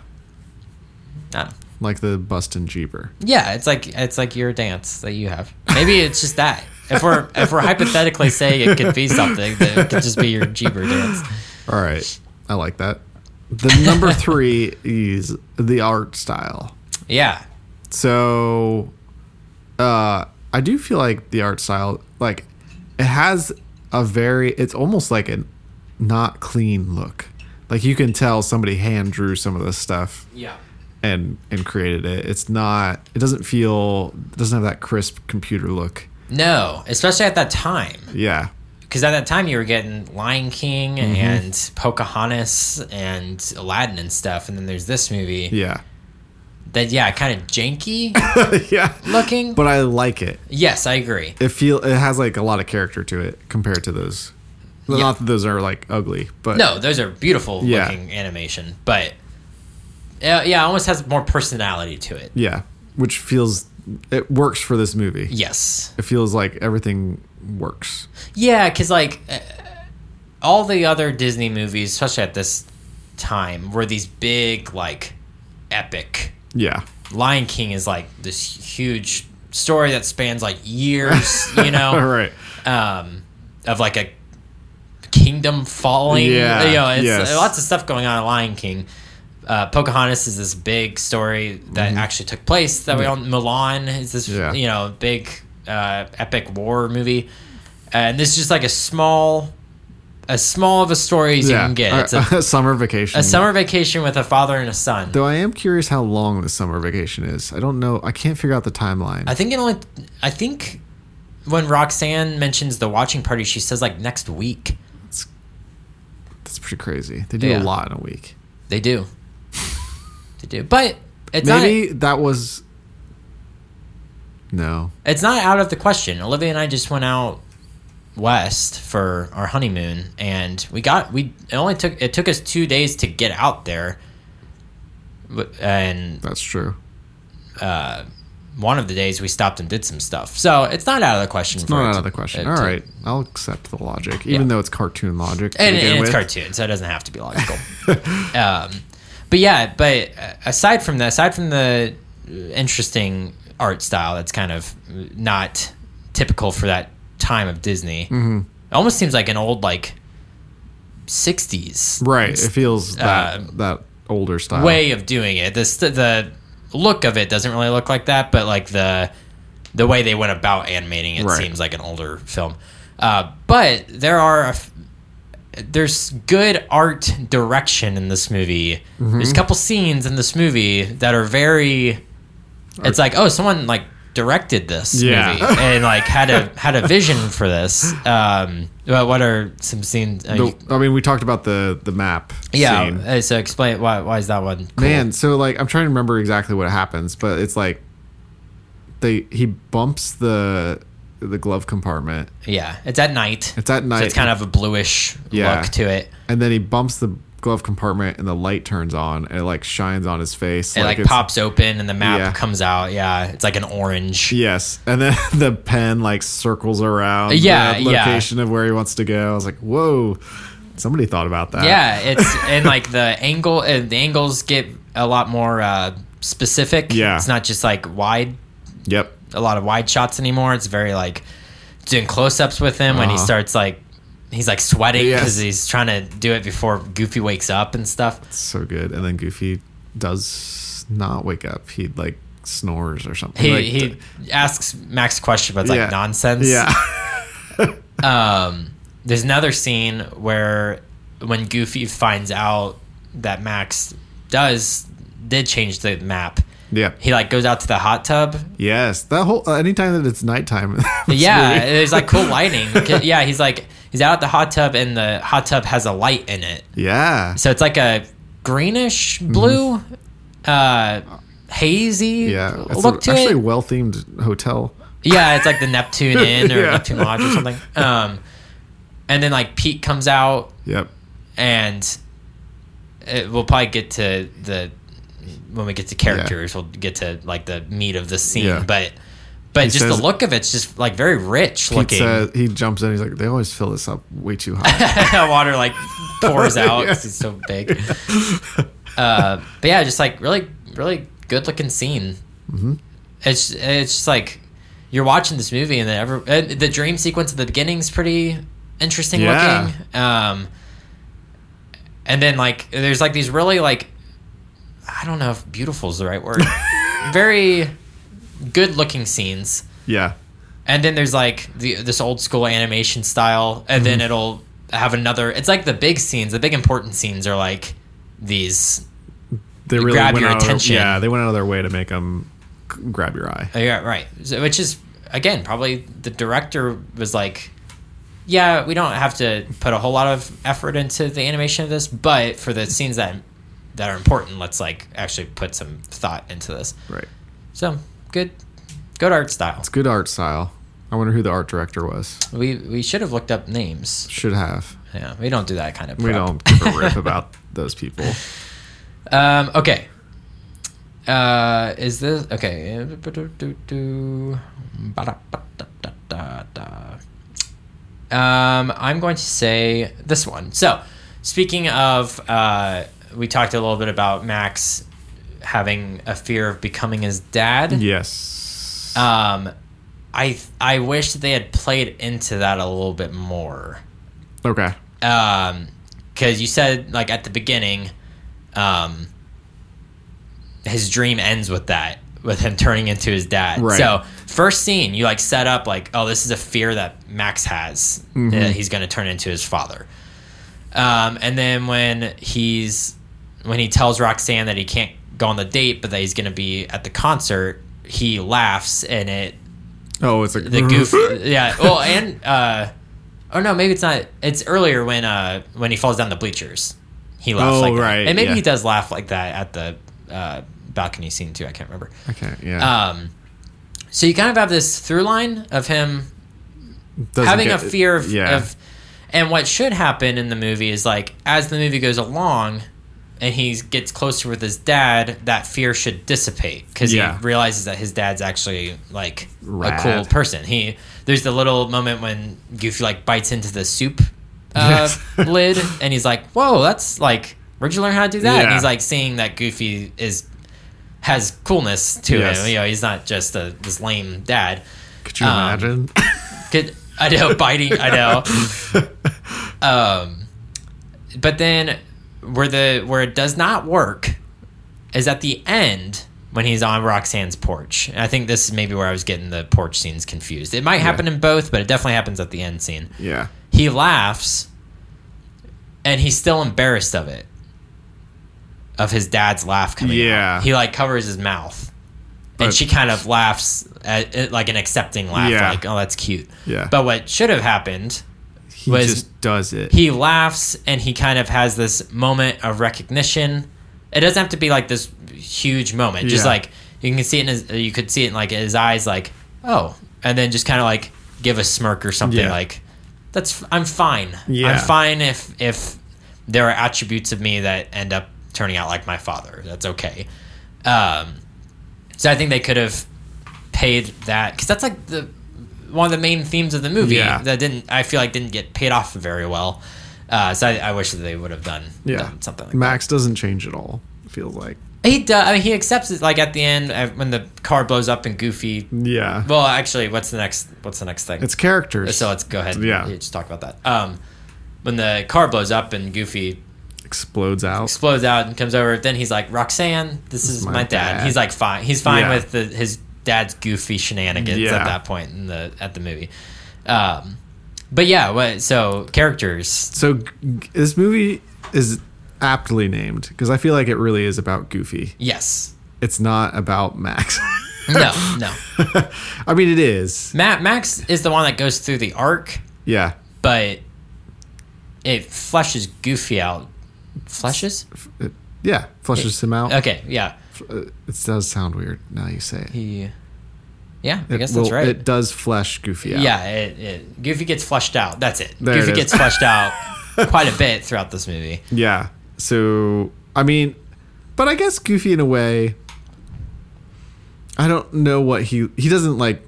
S2: I don't know.
S1: Like the Bustin' Jeeper.
S2: Yeah, it's like it's like your dance that you have. Maybe it's just that. If we're if we're hypothetically saying it could be something, then it could just be your Jeeber dance.
S1: All right. I like that. The number three is the art style.
S2: Yeah.
S1: So, uh, I do feel like the art style, like, it has a very, it's almost like a not clean look. Like, you can tell somebody hand drew some of this stuff
S2: Yeah.
S1: and and created it. It's not, it doesn't feel, it doesn't have that crisp computer look.
S2: No, especially at that time,
S1: Yeah.
S2: because at that time you were getting Lion King
S1: Mm-hmm.
S2: and Pocahontas and Aladdin and stuff, and then there's this movie
S1: Yeah.
S2: that yeah, kind of janky
S1: yeah.
S2: looking.
S1: But I like it.
S2: yes, I agree.
S1: It feel it has like a lot of character to it compared to those.
S2: Yeah.
S1: Not that those are like ugly, but
S2: No, those are beautiful
S1: Yeah.
S2: looking animation, but uh, yeah, it almost has more personality to it.
S1: yeah, which feels it works for this movie.
S2: Yes.
S1: It feels like everything works.
S2: Yeah, because like uh, all the other Disney movies, especially at this time, were these big like epic.
S1: Yeah,
S2: Lion King is like this huge story that spans like years, you know,
S1: all right.
S2: um, of like a kingdom falling.
S1: Yeah,
S2: you know, it's uh,
S1: yes.
S2: lots of stuff going on in Lion King. Uh, Pocahontas is this big story that actually took place that we on Milan is this
S1: Mm-hmm. Yeah.
S2: you know big uh, epic war movie, and this is just like a small, as small of a story as
S1: yeah, Uh, mm.
S2: you can get.
S1: All
S2: It's a,
S1: right. summer vacation.
S2: a summer vacation with a father and a son.
S1: Though I am curious how long the summer vacation is. I don't know. I can't figure out the timeline.
S2: I think it only. I think when Roxanne mentions the watching party, she says like next week.
S1: That's pretty crazy. They do a
S2: Yeah.
S1: lot in a week.
S2: They do. they do, but it's not.
S1: Maybe that was. No.
S2: It's not out of the question. Olivia and I just went out west for our honeymoon, and we got we. It only took it took us two days to get out there, But- and
S1: That's true.
S2: one of the days we stopped and did some stuff. So it's not out of the question. for
S1: Not
S2: it
S1: out
S2: to-
S1: of the question.
S2: it
S1: All
S2: to-
S1: right, I'll accept the logic, even though it's cartoon logic. to
S2: and,
S1: begin
S2: and it's
S1: with.
S2: cartoon, so it doesn't have to be logical. um, but yeah, but uh, aside from that, aside from the uh, interesting art style that's kind of not typical for that time of Disney,
S1: Mm-hmm.
S2: it almost seems like an old like '60s
S1: Right. It feels that
S2: Uh,
S1: that older style.
S2: way of doing it. The st- the look of it doesn't really look like that, but like the the way they went about animating it
S1: Right.
S2: seems like an older film. Uh, but there are a f- there's good art direction in this movie.
S1: Mm-hmm.
S2: There's a couple scenes in this movie that are very. It's like oh, someone like directed this
S1: Yeah.
S2: movie and like had a had a vision for this. Um, well, what are some scenes? uh,
S1: The-
S2: you-
S1: I mean, we talked about the the map.
S2: yeah,
S1: scene.
S2: uh, so explain why why is that one? cool?
S1: Man, so like I'm trying to remember exactly what happens, but it's like they he bumps the the glove compartment.
S2: Yeah, it's at night.
S1: It's at night.
S2: So it's kind of a bluish
S1: Yeah.
S2: look to it.
S1: and then he bumps the glove compartment and the light turns on and it like shines on his face.
S2: It like,
S1: it's-
S2: pops open and the map
S1: Yeah.
S2: comes out. Yeah, it's like an orange.
S1: Yes, and then the pen like circles around
S2: Yeah,
S1: the
S2: yeah.
S1: location of where he wants to go. I was like, whoa, somebody thought about that.
S2: Yeah, it's and like the angle uh, the angles get a lot more uh, specific.
S1: Yeah.
S2: it's not just like wide
S1: Yep.
S2: a lot of wide shots anymore. It's very like doing close ups with him when he
S1: Uh-huh.
S2: starts like he's like sweating
S1: Yes.
S2: because he's trying to do it before Goofy wakes up and stuff.
S1: so good. And then Goofy does not wake up. He like snores or something.
S2: He
S1: Like,
S2: he
S1: d-
S2: asks Max a question, but it's
S1: Yeah.
S2: like nonsense.
S1: yeah,
S2: um, there's another scene where when Goofy finds out that Max does did change the map,
S1: yeah,
S2: he like goes out to the hot tub.
S1: yes. That whole uh, anytime that it's nighttime. in this
S2: yeah,
S1: movie.
S2: there's like cool lighting. 'Cause- yeah, he's like he's out at the hot tub and the hot tub has a light in it,
S1: yeah,
S2: so it's like a greenish
S1: Mm-hmm.
S2: blue, uh, hazy
S1: yeah. It's
S2: look
S1: a-
S2: to
S1: actually
S2: it.
S1: well themed hotel.
S2: Yeah, it's like the Neptune Inn or
S1: Yeah.
S2: Neptune Lodge or something. Um, and then like Pete comes out
S1: Yep.
S2: and it, we'll probably get to the when we get to characters, we'll get to like the meat of the scene.
S1: Yeah.
S2: But but just
S1: says-
S2: the look of it's just like very rich
S1: Pete
S2: looking.
S1: says, he jumps in. He's like, they always fill this up way too high.
S2: Water like pours out 'cause
S1: Yeah.
S2: it's so big. Uh, but yeah, just like really really good looking scene.
S1: Mm-hmm.
S2: It's it's just like you're watching this movie and then ever uh, the dream sequence at the beginning's pretty interesting
S1: Yeah.
S2: looking. Um, and then like there's like these really like I don't know if beautiful is the right word. Very good looking scenes.
S1: yeah.
S2: And then there's like the, this old school animation style, and
S1: Mm-hmm.
S2: then it'll have another. It's like the big scenes, the big important scenes are like these.
S1: They really
S2: grab
S1: went
S2: your
S1: out of their-
S2: attention.
S1: yeah, they went out of their way to make them grab your eye.
S2: oh, Yeah, right. So- Which is again probably the director was like, yeah, we don't have to put a whole lot of effort into the animation of this, but for the scenes that that are important. Let's like actually put some thought into this.
S1: Right.
S2: So good, good art style.
S1: It's good art style. I wonder who the art director was.
S2: We we should have looked up names.
S1: Should have.
S2: Yeah, we don't do that kind of. Prep.
S1: We don't give a rip about those people.
S2: Um, okay. Uh, is this okay? Um, I'm going to say this one. So, speaking of, uh, we talked a little bit about Max having a fear of becoming his dad.
S1: Yes.
S2: Um, I I wish that they had played into that a little bit more.
S1: okay.
S2: Um, because you said like at the beginning, um, his dream ends with that, with him turning into his dad.
S1: Right.
S2: So first scene, you like set up like, oh, this is a fear that Max has that he's going to turn into his father. Um, and then when he's when he tells Roxanne that he can't go on the date, but that he's going to be at the concert, he laughs and it
S1: Oh, it's like
S2: the goofy yeah well and uh oh no maybe it's not it's earlier when uh when he falls down the bleachers he laughs
S1: Oh,
S2: like that
S1: right,
S2: and maybe
S1: yeah.
S2: he does laugh like that at the uh balcony scene too i can't remember
S1: Okay. Yeah.
S2: um so you kind of have this through line of him
S1: Doesn't
S2: having
S1: get-
S2: a fear of,
S1: yeah.
S2: of and what should happen in the movie is like as the movie goes along and he gets closer with his dad that fear should dissipate because
S1: Yeah.
S2: he realizes that his dad's actually like a cool
S1: Rad.
S2: person he there's the little moment when goofy like bites into the soup uh,
S1: Yes.
S2: lid and he's like whoa that's like where'd you learn how to do that and
S1: Yeah.
S2: he's like seeing that goofy is has coolness to
S1: Yes.
S2: him you know he's not just a, this lame dad
S1: Could you
S2: um,
S1: imagine?
S2: Good. I know, biting. I know. Um, but then where the where it does not work is at the end when he's on Roxanne's porch. And I think this is maybe where I was getting the porch scenes confused. It might happen in both, but it definitely happens at the end scene.
S1: yeah.
S2: He laughs, and he's still embarrassed of it, of his dad's laugh coming. out.
S1: Yeah.
S2: he like covers his mouth. and
S1: But-
S2: she kind of laughs at it, like an accepting laugh,
S1: Yeah.
S2: like, oh, that's cute.
S1: Yeah.
S2: But what should have happened,
S1: He
S2: was-
S1: just does it.
S2: he laughs and he kind of has this moment of recognition. It doesn't have to be like this huge moment. Just
S1: Yeah.
S2: like you can see it in his, you could see it in like his eyes, like oh, and then just kind of like give a smirk or something,
S1: Yeah.
S2: like that's I'm fine.
S1: Yeah.
S2: I'm fine if if there are attributes of me that end up turning out like my father. That's okay. Um, so I think they could have paid that because that's like the one of the main themes of the movie
S1: Yeah.
S2: that didn't I feel like didn't get paid off very well. Uh, so I, I wish that they would have done,
S1: yeah.
S2: done something like
S1: Max doesn't change at all. Feels like.
S2: that. He does. I mean, he accepts it like at the end uh, when the car blows up and Goofy.
S1: Yeah.
S2: Well, actually, what's the next? What's the next thing?
S1: it's characters.
S2: so let's go ahead.
S1: Yeah.
S2: and just talk about that. Um, when the car blows up and Goofy
S1: explodes out.
S2: explodes out and comes over. Then he's like, Roxanne, this is my,
S1: my
S2: dad.
S1: dad.
S2: He's like fine. He's fine
S1: Yeah.
S2: with the, his dad's goofy shenanigans
S1: Yeah.
S2: at that point in the at the movie. Um, but yeah, what, so characters.
S1: So g- g- this movie is aptly named because I feel like it really is about Goofy.
S2: Yes.
S1: It's not about Max.
S2: No, no.
S1: I mean, it is.
S2: Matt Max is the one that goes through the arc,
S1: Yeah.
S2: but it fleshes Goofy out. Fleshes?
S1: It- yeah. Flushes him out.
S2: Okay, yeah.
S1: Uh, It does sound weird now you say it.
S2: He Yeah, I
S1: It
S2: guess
S1: will-
S2: that's right.
S1: It does flesh Goofy out.
S2: Yeah, it, it, Goofy gets flushed out. That's it.
S1: There it
S2: Goofy
S1: is.
S2: gets flushed out quite a bit throughout this movie.
S1: Yeah. So I mean, but I guess Goofy in a way. I don't know what he he doesn't like.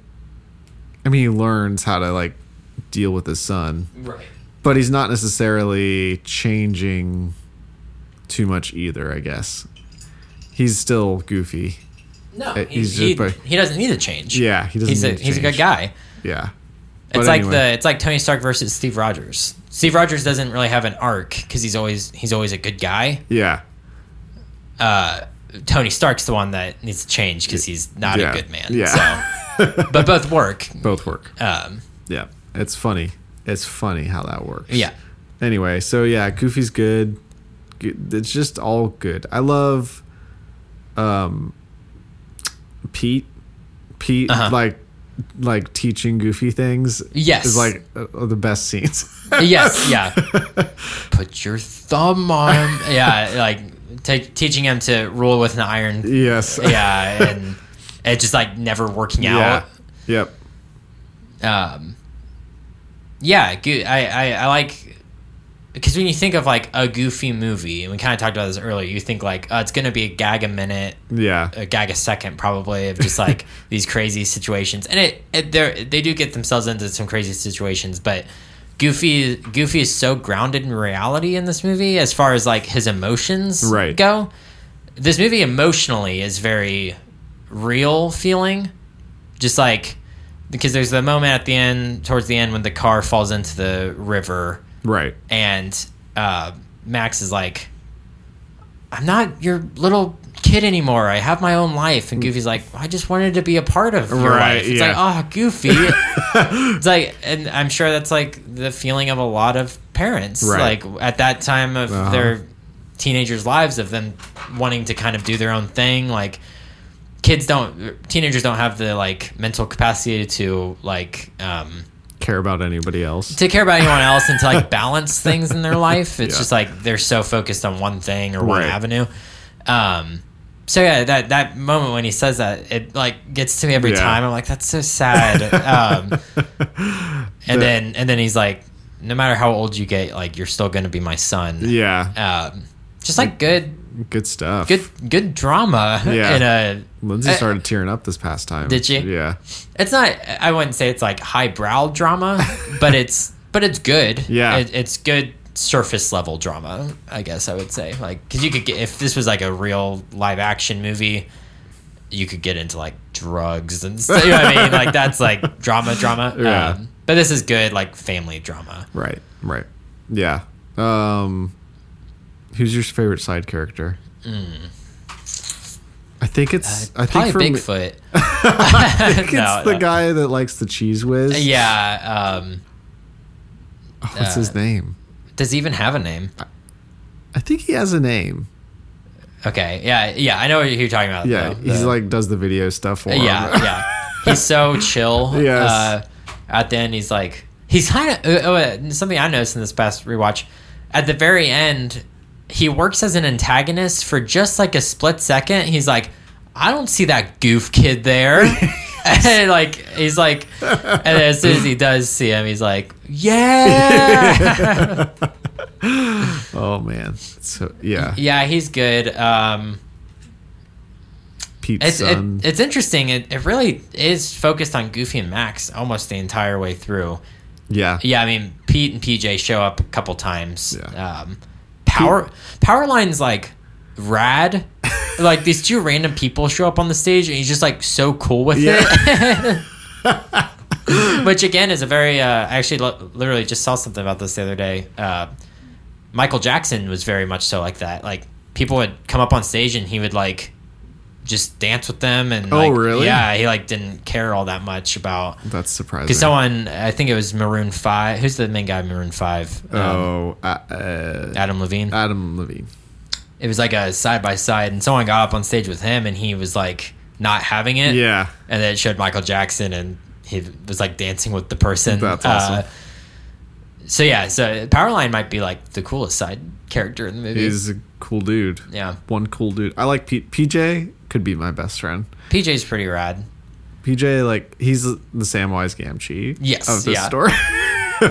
S1: I mean, he learns how to like deal with his son,
S2: Right.
S1: but he's not necessarily changing too much either. I guess he's still Goofy.
S2: No,
S1: Uh,
S2: he's
S1: he's
S2: he,
S1: just by-
S2: he doesn't need to change.
S1: Yeah, he doesn't.
S2: he's a
S1: need to
S2: he's a
S1: change.
S2: good guy.
S1: Yeah.
S2: it's
S1: But
S2: like
S1: anyway.
S2: the it's like Tony Stark versus Steve Rogers. Steve Rogers doesn't really have an arc because he's always he's always a good guy.
S1: Yeah.
S2: Uh, Tony Stark's the one that needs to change because he's not
S1: Yeah.
S2: a good man.
S1: Yeah.
S2: So, but both work.
S1: Both work.
S2: Um,
S1: Yeah, it's funny. It's funny how that works.
S2: Yeah.
S1: Anyway, so yeah, Goofy's good. Go- It's just all good. I love, um, Pete. Pete
S2: Uh-huh.
S1: like, like teaching Goofy things.
S2: Yes.
S1: is like uh, the best scenes.
S2: yes. Yeah. Put your thumb on. Yeah. Like take teaching him to rule with an iron.
S1: Yes.
S2: Yeah, and it just like never working
S1: yeah.
S2: out.
S1: Yep.
S2: um, yeah, good. I, I, I like because when you think of like a goofy movie, and we kind of talked about this earlier, you think like uh, it's gonna be a gag a minute,
S1: Yeah.
S2: a gag a second, probably of just like these crazy situations, and it, it they they do get themselves into some crazy situations, but. Goofy, Goofy is so grounded in reality in this movie as far as like his emotions
S1: Right.
S2: go. This movie emotionally is very real feeling just like because there's the moment at the end towards the end when the car falls into the river
S1: Right.
S2: and uh, max is like i'm not your little kid anymore i have my own life and goofy's like i just wanted to be a part of your
S1: Right,
S2: life it's
S1: yeah.
S2: like oh goofy it's like and i'm sure that's like the feeling of a lot of parents
S1: Right.
S2: like at that time of
S1: Uh-huh.
S2: their teenagers lives of them wanting to kind of do their own thing like kids don't teenagers don't have the like mental capacity to like um
S1: Care about anybody else?
S2: to care about anyone else and to like balance things in their life it's
S1: Yeah.
S2: just like they're so focused on one thing or one
S1: Right.
S2: avenue um so yeah that that moment when he says that it like gets to me every
S1: Yeah.
S2: time i'm like that's so sad um and then and then he's like no matter how old you get like you're still gonna be my son
S1: Yeah.
S2: um just like good
S1: Good stuff.
S2: good good drama
S1: Yeah.
S2: in a
S1: Lindsay
S2: Uh,
S1: started tearing up this past time.
S2: Did she?
S1: Yeah.
S2: it's not i wouldn't say it's like highbrow drama but it's but it's good
S1: Yeah.
S2: it, it's good surface level drama i guess i would say like because you could get if this was like a real live action movie you could get into like drugs and stuff you know what i mean like that's like drama drama Um,
S1: Yeah.
S2: but this is good like family drama
S1: Right. Right. Yeah. Um, who's your favorite side character? I think it's. I
S2: Hmm. Uh, probably
S1: think for me-
S2: bigfoot
S1: I think it's
S2: No,
S1: the
S2: no.
S1: guy that likes the cheese whiz.
S2: yeah um
S1: Oh, what's his name?
S2: does he even have a name
S1: I think he has a name.
S2: okay yeah yeah i know what you're talking about
S1: Yeah,
S2: though.
S1: he's
S2: The-
S1: like does the video stuff for him.
S2: Yeah, yeah. He's so chill.
S1: Yes.
S2: Uh, at the end, he's like, he's kind of uh, uh, something I noticed in this past rewatch. At the very end, he works as an antagonist for just like a split second. He's like, I don't see that goof kid there. and like he's like, and then as soon as he does see him, he's like, yeah,
S1: Oh man. So yeah,
S2: yeah, he's good. Um,
S1: Pete's
S2: It's
S1: son.
S2: it, it's interesting. It, it really is focused on Goofy and Max almost the entire way through.
S1: yeah.
S2: Yeah, I mean Pete and PJ show up a couple times.
S1: Yeah.
S2: Um, power Powerline's like rad. like these two random people show up on the stage and he's just like so cool with it. Which again is a very. Uh, I actually lo- literally just saw something about this the other day. Uh, Michael Jackson was very much so like that. Like people would come up on stage and he would like just dance with them and
S1: Oh,
S2: like,
S1: really?
S2: yeah he like didn't care all that much about
S1: That's surprising.
S2: because someone, I think it was Maroon Five. Who's the main guy? in Maroon Five. Um,
S1: oh, uh, uh,
S2: Adam Levine.
S1: Adam Levine.
S2: it was like a side by side, and someone got up on stage with him, and he was like not having it.
S1: Yeah.
S2: And then it showed Michael Jackson, and he was like dancing with the person. Uh,
S1: That's awesome.
S2: so yeah, so Powerline might be like the coolest side character in the movie.
S1: He's a cool dude.
S2: yeah,
S1: One cool dude. I like Pete. PJ could be my best friend.
S2: PJ's pretty rad.
S1: PJ, like, he's the Samwise Gamgee
S2: Yes,
S1: of this
S2: yeah.
S1: story.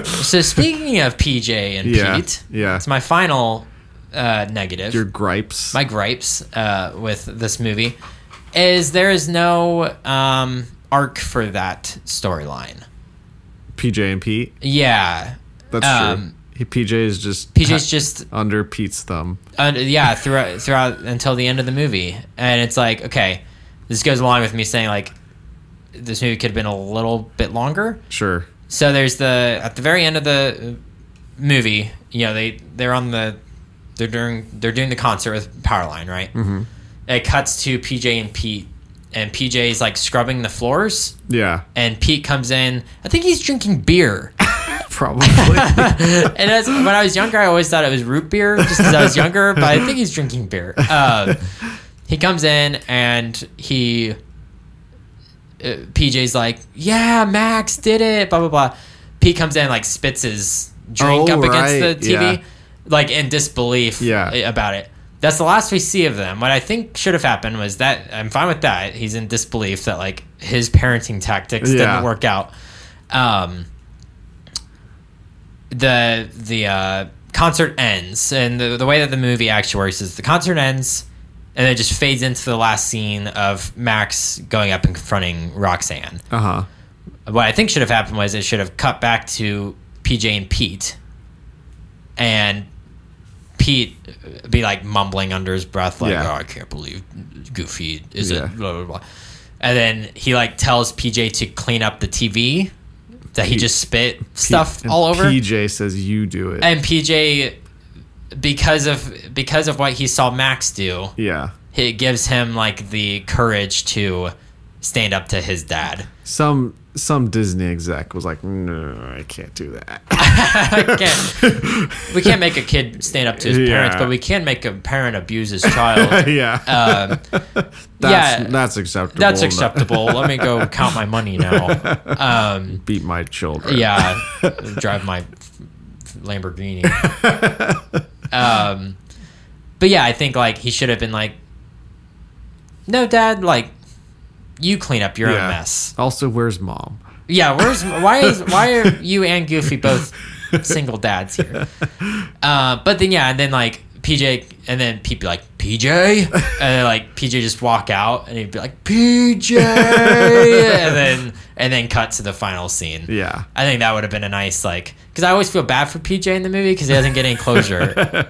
S2: So speaking of PJ and
S1: Yeah,
S2: Pete,
S1: yeah.
S2: it's my final uh, negative.
S1: Your gripes.
S2: my gripes uh, with this movie is there is no um, arc for that storyline.
S1: PJ and Pete.
S2: Yeah,
S1: That's
S2: Um,
S1: true. He, PJ is just
S2: PJ's just
S1: under Pete's thumb.
S2: uh, yeah throughout throughout until the end of the movie, and it's like okay, this goes along with me saying like this movie could have been a little bit longer.
S1: Sure.
S2: So there's the at the very end of the movie, you know, they they're on the they're doing they're doing the concert with Powerline, right? Mm-hmm. It cuts to PJ and Pete, and PJ is like scrubbing the floors,
S1: Yeah.
S2: and Pete comes in. I think he's drinking beer.
S1: Probably.
S2: and as, when I was younger, I always thought it was root beer just because I was younger, but I think he's drinking beer. Um, he comes in and he. Uh, PJ's like, yeah, Max did it, blah, blah, blah. Pete comes in, like, spits his drink
S1: Oh,
S2: up
S1: right,
S2: against the TV,
S1: yeah.
S2: like, in disbelief
S1: Yeah.
S2: about it. that's the last we see of them. What I think should have happened was that I'm fine with that. He's in disbelief that like his parenting tactics
S1: Yeah.
S2: didn't work out. Um, the the uh, concert ends, and the, the way that the movie actually works is the concert ends, and it just fades into the last scene of Max going up and confronting Roxanne.
S1: Uh huh.
S2: What I think should have happened was it should have cut back to PJ and Pete, and Pete uh, be like mumbling under his breath, like,
S1: Yeah.
S2: "Oh, I can't believe Goofy is
S1: Yeah.
S2: it." Blah blah blah. And then he like tells PJ to clean up the TV that he
S1: Pete-
S2: just spit stuff
S1: And
S2: all over.
S1: PJ says you do it.
S2: and PJ, because of because of what he saw Max do,
S1: yeah.
S2: it gives him like the courage to stand up to his dad.
S1: Some some Disney exec was like, no, I can't do that.
S2: can't, we can't make a kid stand up to his parents,
S1: Yeah.
S2: but we can make a parent abuse his child.
S1: yeah.
S2: Um,
S1: that's,
S2: yeah.
S1: That's acceptable.
S2: That's
S1: Not
S2: acceptable. Let me go count my money now. Um,
S1: Beat my children.
S2: yeah, drive my Lamborghini. Um, but yeah, I think like he should have been like, no, dad, like you clean up your
S1: Yeah.
S2: own mess.
S1: Also, where's mom?
S2: Yeah, where's why is why are you and Goofy both single dads here? Uh, but then yeah, and then like PJ and then Pete be like PJ, and then like PJ just walk out and he'd be like PJ, and then and then cut to the final scene.
S1: Yeah.
S2: I think that would have been a nice like because I always feel bad for PJ in the movie because he doesn't get any closure.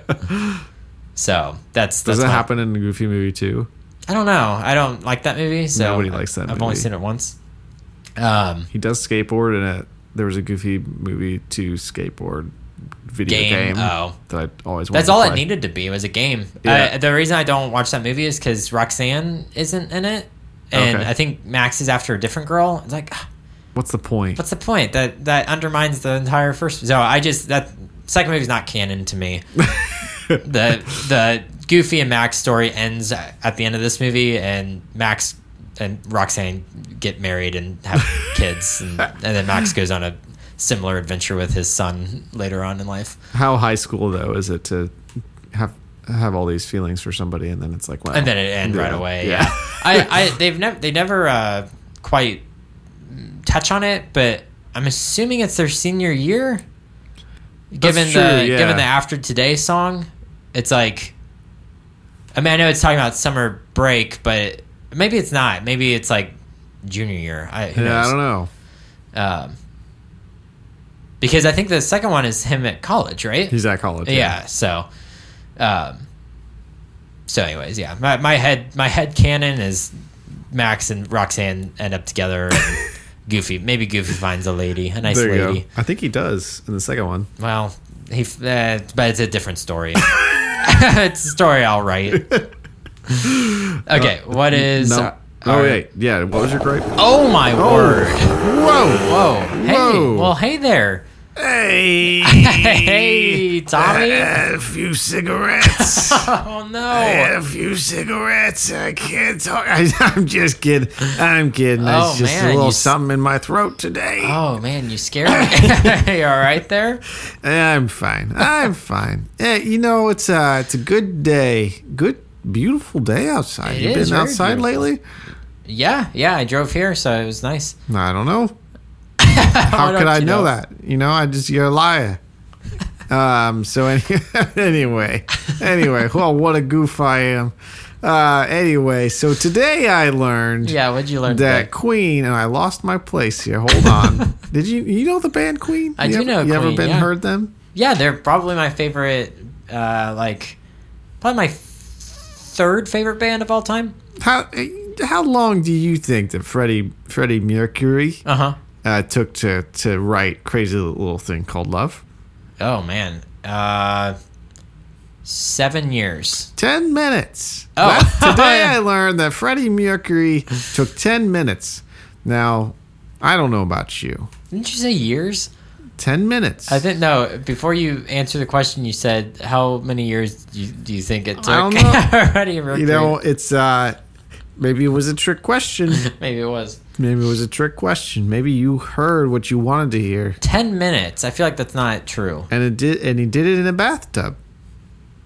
S2: so that's
S1: Does
S2: that's
S1: that
S2: my-
S1: happen in the Goofy movie too?
S2: I don't know. I don't like that movie. So
S1: Nobody likes that
S2: I've only
S1: movie.
S2: seen it once. Um,
S1: He does skateboard, and it, there was a Goofy movie to skateboard video
S2: Game,
S1: game,
S2: oh.
S1: that I always.
S2: That's
S1: wanted to
S2: all it
S1: play.
S2: needed to be was a game.
S1: Yeah.
S2: Uh, the reason I don't watch that movie is because Roxanne isn't in it, and
S1: Okay.
S2: I think Max is after a different girl. It's like, ah,
S1: What's the point?
S2: what's the point? That that undermines the entire first. So I just that second movie's not canon to me. the the Goofy and Max story ends at the end of this movie, and Max and Roxanne get married and have kids, and, and then Max goes on a similar adventure with his son later on in life.
S1: How high school though is it to have have all these feelings for somebody, and then it's like, wow.
S2: and then it end
S1: Yeah.
S2: right away.
S1: Yeah.
S2: Yeah, I, I they've never they never uh, quite touch on it, but I'm assuming it's their senior year. Given the
S1: true, yeah.
S2: given the after today song, it's like, I mean, I know it's talking about summer break, but maybe it's not. Maybe it's like junior year. I, who
S1: yeah,
S2: knows?
S1: I don't know.
S2: Um, because I think the second one is him at college, right?
S1: He's at college.
S2: yeah so um so anyways yeah my, my head my head canon is max and roxanne end up together and goofy maybe goofy finds a lady a nice
S1: there you
S2: lady
S1: go. I think he does in the second one.
S2: well he f- uh, but it's a different story it's a story all right okay what is
S1: Uh,
S2: uh,
S1: no. Oh
S2: our-
S1: wait, yeah. What was your gripe?
S2: oh my word
S1: Whoa!
S2: whoa hey
S1: Whoa.
S2: well hey there
S1: Hey!
S2: hey tommy
S1: a few cigarettes.
S2: oh no
S1: a few cigarettes. I can't talk. I, am just kidding. I'm kidding.
S2: Oh,
S1: There's just
S2: man,
S1: a
S2: you
S1: little
S2: s-
S1: something in my throat today.
S2: Oh man, you scared me. you all right there?
S1: I'm fine. I'm fine. Eh, you know, it's uh, it's a good day. Good, beautiful day outside.
S2: It
S1: you
S2: is
S1: been
S2: very
S1: outside
S2: beautiful.
S1: lately?
S2: Yeah, yeah. I drove here, so it was nice.
S1: I don't know. How could
S2: don't
S1: I
S2: you
S1: know,
S2: know?
S1: that? You know, I just you're a liar. um. So any, anyway, anyway. Well, what a goof I am. Uh. Anyway, so today I learned.
S2: Yeah, what'd you learn?
S1: That
S2: today?
S1: Queen and I lost my place here. Hold on. Did you you know the band Queen?
S2: I
S1: you
S2: do
S1: ever,
S2: know
S1: You ever
S2: Queen,
S1: been
S2: yeah.
S1: heard them?
S2: Yeah, they're probably my favorite. Uh, like, probably my f- third favorite band of all time.
S1: How how long do you think that Freddie Freddie Mercury
S2: Uh huh.
S1: uh, took to to write crazy little thing called love?
S2: Oh man. Uh, seven years.
S1: Ten minutes.
S2: Oh.
S1: That- today I learned that Freddie Mercury took ten minutes. Now, I don't know about you.
S2: Didn't you say years?
S1: Ten minutes.
S2: I think no. Before you answer the question, you said how many years do you, do you think it took?
S1: don't know.
S2: Freddie
S1: you
S2: Mercury.
S1: know, it's uh maybe it was a trick question.
S2: maybe it was
S1: Maybe it was a trick question. Maybe you heard what you wanted to hear.
S2: ten minutes. I feel like that's not true.
S1: and it did and he did it in a bathtub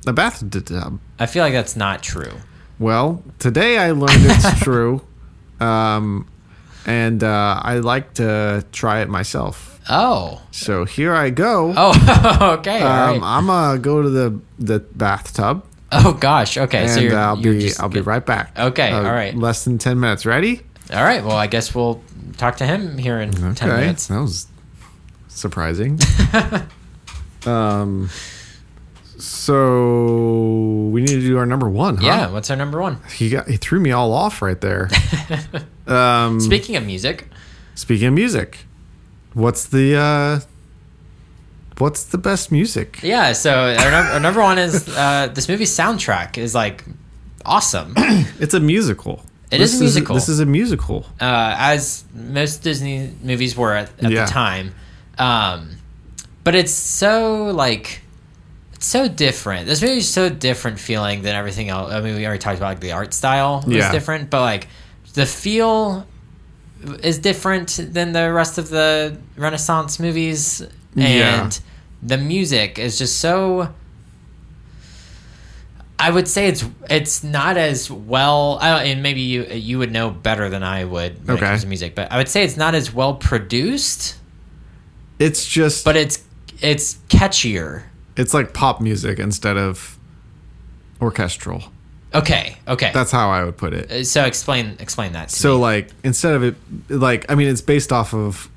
S1: a bathtub
S2: I feel like that's not true.
S1: Well, today I learned it's true, um, and uh, I like to try it myself.
S2: Oh.
S1: So here I go.
S2: Oh, okay. all
S1: um,
S2: right.
S1: I'm gonna go to the the bathtub,
S2: Oh gosh. Okay.
S1: and uh,
S2: so you're,
S1: I'll
S2: you're
S1: be
S2: just
S1: I'll be
S2: good.
S1: right back. Uh,
S2: Okay, all right.
S1: Less than ten minutes. Ready?
S2: All right. Well, I guess we'll talk to him here in ten
S1: Okay,
S2: minutes.
S1: That was surprising. um, so we need to do our number one. Huh?
S2: Yeah. What's our number one?
S1: he got he threw me all off right there. um,
S2: Speaking of music,
S1: speaking of music, what's the uh, what's the best music?
S2: yeah. So our, num- our number one is uh, this movie's soundtrack is like awesome. Uh,
S1: It's a musical. It
S2: It is
S1: is
S2: a musical.
S1: this is a musical.
S2: uh, as most Disney movies were at, at
S1: Yeah.
S2: the time, um, but it's so like. it's So different. This movie's so different feeling than everything else. I mean, we already talked about like the art style was
S1: Yeah.
S2: different, but like the feel is different than the rest of the Renaissance movies,
S1: Yeah.
S2: and the music is just so. I would say it's it's not as well, I don't, and maybe you you would know better than I would when
S1: Okay.
S2: it comes to music, but I would say it's not as well produced,
S1: It's just
S2: but it's it's catchier.
S1: it's like pop music instead of orchestral.
S2: Okay, okay.
S1: That's how I would put it.
S2: Uh, so explain explain that. To
S1: So
S2: me.
S1: like instead of it like I mean it's based off of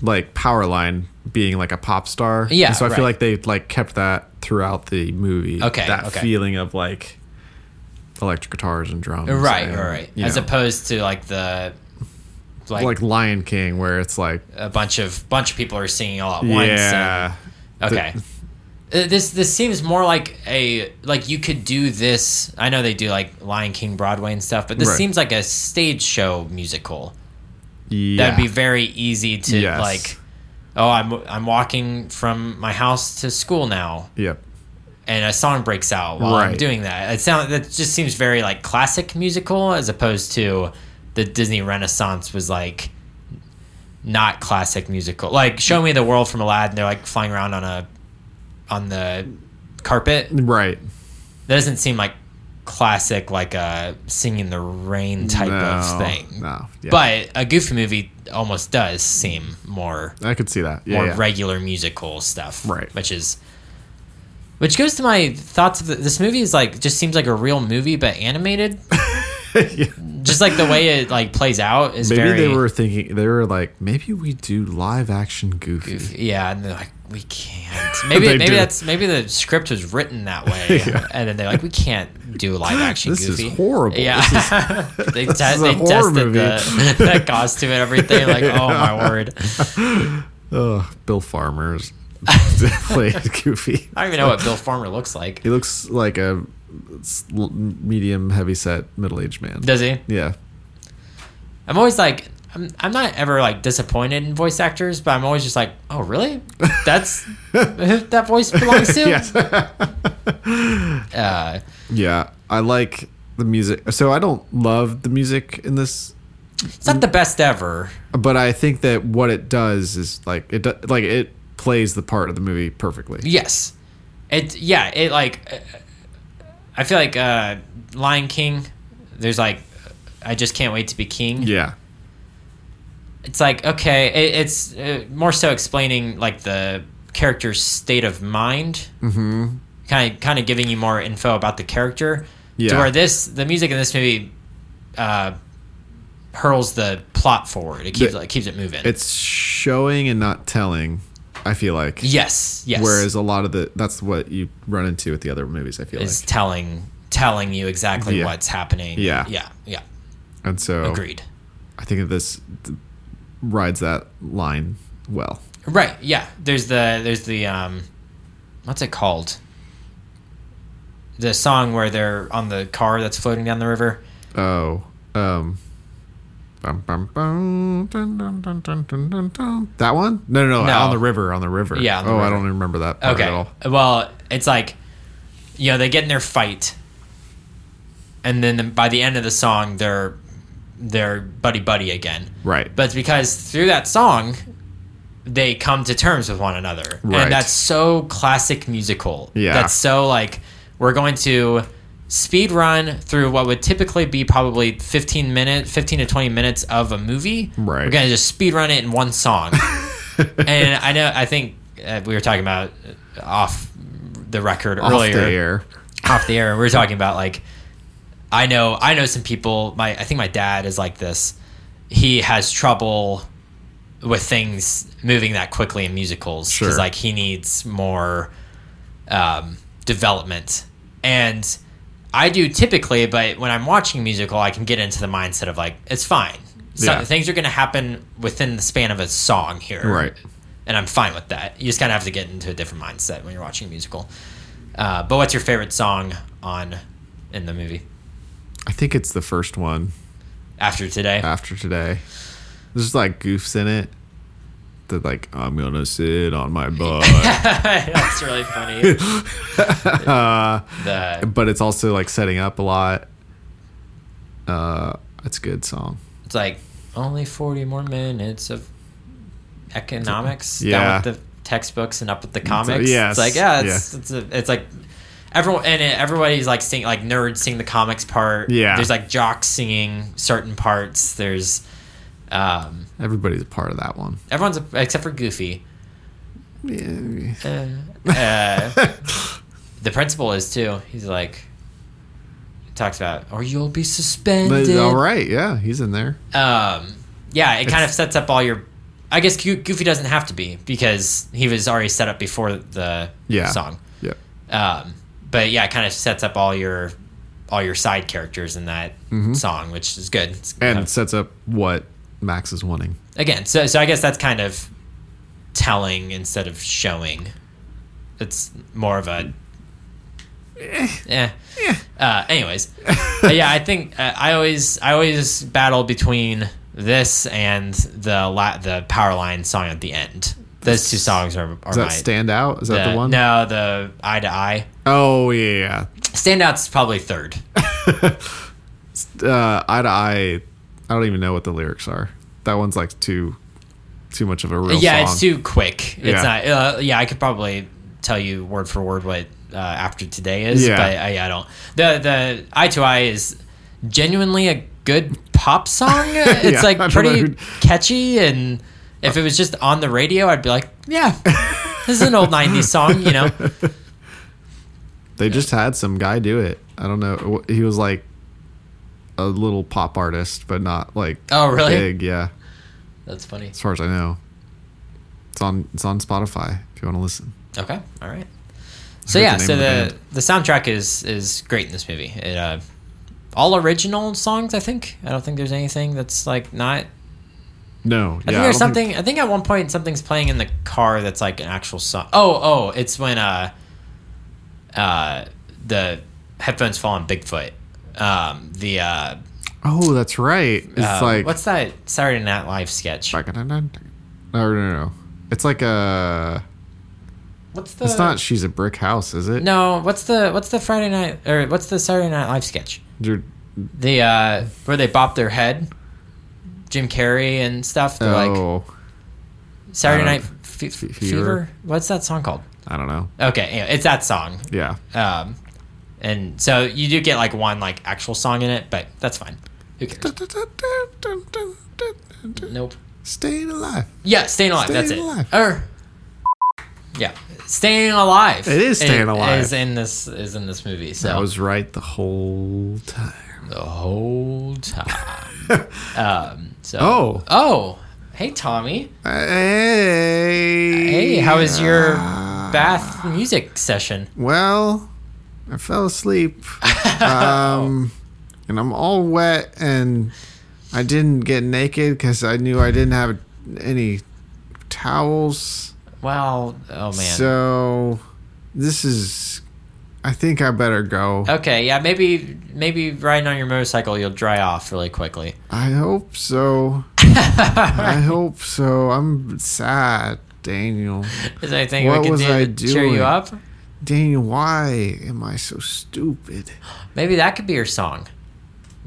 S1: like Powerline being like a pop star.
S2: Yeah,
S1: And so I
S2: right.
S1: feel like they like kept that throughout the movie.
S2: Okay,
S1: That
S2: okay.
S1: feeling of like electric guitars and drums.
S2: right,
S1: and,
S2: right, right.
S1: you
S2: As
S1: know,
S2: opposed to like the like,
S1: like, Lion King where it's like
S2: a bunch of bunch of people are singing all at once. and-
S1: yeah.
S2: okay. Uh, this this seems more like a like you could do this. I know they do like Lion King Broadway and stuff, but this
S1: Right.
S2: seems like a stage show musical.
S1: yeah.
S2: That'd be very easy to
S1: Yes.
S2: like. Oh, I'm I'm walking from my house to school now.
S1: Yep.
S2: and a song breaks out while I'm
S1: Right.
S2: doing that. It sound that just seems very like classic musical as opposed to the Disney Renaissance was like not classic musical. Like show me the world from Aladdin, they're like flying around on a on the carpet. That
S1: Right.
S2: doesn't seem like classic like a singing the rain type of
S1: No,
S2: thing.
S1: No. Yeah.
S2: But a goofy movie almost does seem more
S1: I could see that. Yeah.
S2: more
S1: yeah.
S2: regular musical stuff.
S1: Right.
S2: Which is which goes to my thoughts of the, this movie is like just seems like a real movie but animated.
S1: Yeah.
S2: just like the way it like plays out is
S1: Maybe
S2: very
S1: they were thinking they were like maybe we do live action Goofy.
S2: yeah, and they're like we can't. Maybe
S1: They
S2: maybe
S1: do.
S2: that's maybe the script was written that way, and then they're like we can't do live action.
S1: This is
S2: Goofy.
S1: horrible.
S2: Yeah, they, te-
S1: is a
S2: they
S1: horror
S2: tested
S1: movie.
S2: the, the costume and everything. Like oh my word,
S1: Oh, Bill Farmer's played Goofy.
S2: I don't even know what Bill Farmer looks like.
S1: He looks like a s- l- medium, heavyset, middle-aged man.
S2: Does he?
S1: yeah,
S2: I'm always like, I'm, I'm not ever like disappointed in voice actors, but I'm always just like, oh, really? That's that voice belongs to?
S1: yes,
S2: Uh,
S1: yeah. I like the music. So I don't love the music in this,
S2: it's not the best ever.
S1: but I think that what it does is like it do, like it plays the part of the movie perfectly.
S2: Yes. It, yeah, it like, uh, I feel like uh, Lion King, there's like, I just can't wait to be king.
S1: Yeah,
S2: It's like, okay, it, it's uh, more so explaining like the character's state of mind. Mm-hmm. Kind of, kind of giving you more info about the character. To
S1: Yeah.
S2: where this, the music in this movie, uh, hurls the plot forward. It keeps,
S1: The-
S2: it keeps it moving.
S1: it's showing and not telling. I feel like.
S2: yes, yes.
S1: Whereas a lot of the that's what you run into with the other movies. I feel
S2: it's
S1: like,
S2: telling, telling you exactly
S1: Yeah.
S2: what's happening.
S1: Yeah.
S2: yeah, yeah.
S1: and so
S2: Agreed.
S1: I think that this th- rides that line well.
S2: Right. Yeah. There's the there's the um, what's it called? The song where they're on the car that's floating down the river.
S1: Oh, um, bum, bum, bum, dun, dun, dun, dun, dun, dun, dun. that one? No, no, no,
S2: No.
S1: on the river, on the river.
S2: Yeah, on the
S1: oh, I
S2: river.
S1: don't even remember that part at
S2: Okay.
S1: all.
S2: Well, it's like, you know, they get in their fight, and then by the end of the song, they're they're buddy buddy again.
S1: Right.
S2: But it's because through that song, they come to terms with one another,
S1: Right.
S2: and that's so classic musical.
S1: Yeah.
S2: That's so like We're going to speed run through what would typically be probably 15 minutes, 15 to 20 minutes of a movie.
S1: Right.
S2: We're going to just speed run it in one song. and I know, I think uh, we were talking about uh, off the record
S1: Off
S2: earlier
S1: the air.
S2: off the air and we were talking about like I know I know some people my I think my dad is like this. He has trouble with things moving that quickly in musicals
S1: Sure.
S2: like he needs more um, development. And I do typically, but when I'm watching a musical, I can get into the mindset of like it's fine. So
S1: Yeah.
S2: things are going to happen within the span of a song here
S1: Right.
S2: and I'm fine with that. You just kind of have to get into a different mindset when you're watching a musical. Uh, but what's your favorite song on in the movie
S1: I think it's the first one
S2: after today?
S1: after today. There's like goofs in it. That like I'm gonna sit on my butt,
S2: That's really funny. the,
S1: but it's also like setting up a lot. Uh, it's a good song.
S2: it's like only 40 more minutes of economics
S1: Yeah.
S2: down with the textbooks and up with the comics.
S1: yes,
S2: it's like yeah, it's
S1: yeah.
S2: it's, a, it's like everyone and it, everybody's like sing like nerds sing the comics part.
S1: Yeah.
S2: there's like jocks singing certain parts. There's um,
S1: Everybody's a part of that one.
S2: everyone's except for Goofy.
S1: Yeah.
S2: uh, uh, the principal is too. He's like, talks about, or you'll be
S1: But,
S2: suspended.
S1: all right, yeah, he's in there.
S2: Um, yeah, it kind of sets up all your. I guess Goo- Goofy doesn't have to be because he was already set up before the
S1: Yeah.
S2: song.
S1: Yep.
S2: Um, but yeah, it kind of sets up all your all your side characters in that song, which is good. It's-
S1: Mm-hmm. and sets up what Max is wanting.
S2: again so, so i guess that's kind of telling instead of showing it's more of a eh. Uh, anyways Uh, yeah i think uh, i always i always battle between this and the la- the power line song at the end those two songs are, are
S1: Does that
S2: my
S1: stand out? Is that the, one?
S2: no the eye to eye
S1: Oh yeah.
S2: standout's probably third
S1: Uh, eye to eye. I don't even know what the lyrics are. That one's like too, too much of a real
S2: yeah
S1: song.
S2: it's too quick it's
S1: Yeah.
S2: not uh, yeah i could probably tell you word for word what uh, after today is
S1: Yeah.
S2: but uh, I, I don't the the eye to eye is genuinely a good pop song it's
S1: Yeah, I
S2: like
S1: don't
S2: pretty
S1: know.
S2: catchy and if it was just on the radio i'd be like yeah this is an old 90s song you know
S1: They just had some guy do it. I don't know. He was like a little pop artist, but not like
S2: oh really
S1: big. Yeah,
S2: that's funny
S1: as far as I know. It's on. It's on Spotify if you want to listen.
S2: Okay, all right. So
S1: heard
S2: yeah,
S1: the name
S2: so
S1: of the
S2: the
S1: band.
S2: the soundtrack is is great in this movie. It uh, all original songs, I think. I don't think there's anything that's like not.
S1: No.
S2: I think there's something. I think at one point something's playing in the car that's like an actual song. Oh, oh, it's when uh, uh, the headphones fall on Bigfoot. Um, the uh,
S1: oh, that's right. It's
S2: uh,
S1: like
S2: what's that Saturday Night Live sketch?
S1: No, no, no, no. It's like a.
S2: What's the?
S1: It's not. She's a brick house, is it?
S2: No, what's the what's the Friday night or what's the Saturday Night Live sketch?
S1: You're-
S2: the uh where they bop their head jim carrey and stuff they're like
S1: oh,
S2: saturday
S1: I
S2: night
S1: don't-
S2: Fe- fever.
S1: Fever?
S2: what's that song called
S1: I don't know.
S2: okay anyway, it's that song
S1: Yeah,
S2: um and so you do get like one like actual song in it but that's fine who cares nope
S1: staying alive.
S2: yeah staying alive
S1: Staying
S2: that's it
S1: Alive.
S2: or yeah staying alive
S1: It is Staying Alive.
S2: is in this is in this movie so
S1: I was right the whole time.
S2: the whole time um so
S1: Oh.
S2: oh hey tommy
S1: Hey,
S2: Hey, how was your bath music session?
S1: Well, I fell asleep, um, and I'm all wet, and I didn't get naked because I knew I didn't have any towels.
S2: Well, oh man.
S1: So this is I think I better go.
S2: okay, yeah, maybe maybe riding on your motorcycle you'll dry off really quickly.
S1: I hope so. I hope so. I'm sad, Daniel.
S2: Is there anything
S1: What
S2: we can
S1: was
S2: do
S1: I
S2: to cheer
S1: doing?
S2: you up?
S1: Daniel, why am I so stupid?
S2: Maybe that could be your song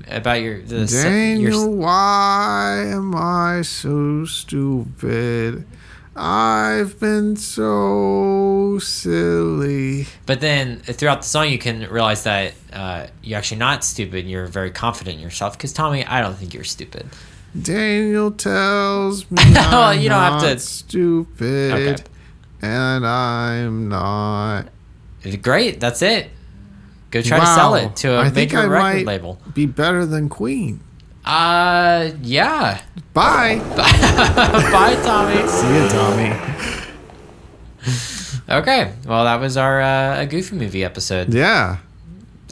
S2: about your the s- your
S1: Daniel, why am I so stupid? I've been so silly.
S2: But then throughout the song, you can realize that uh, you're actually not stupid. You're very confident in yourself. Because Tommy, I don't think you're stupid.
S1: Daniel tells me
S2: Oh,
S1: I'm
S2: you don't have
S1: not
S2: to-
S1: stupid,
S2: Okay.
S1: and I'm not.
S2: Great, that's it. Go try to
S1: Wow.
S2: sell it to a
S1: I think
S2: major
S1: I
S2: record
S1: might
S2: label.
S1: Be better than Queen.
S2: Uh, yeah.
S1: Bye.
S2: Bye, Tommy.
S1: See you, Tommy.
S2: Okay, well, that was our uh, a Goofy movie episode.
S1: Yeah.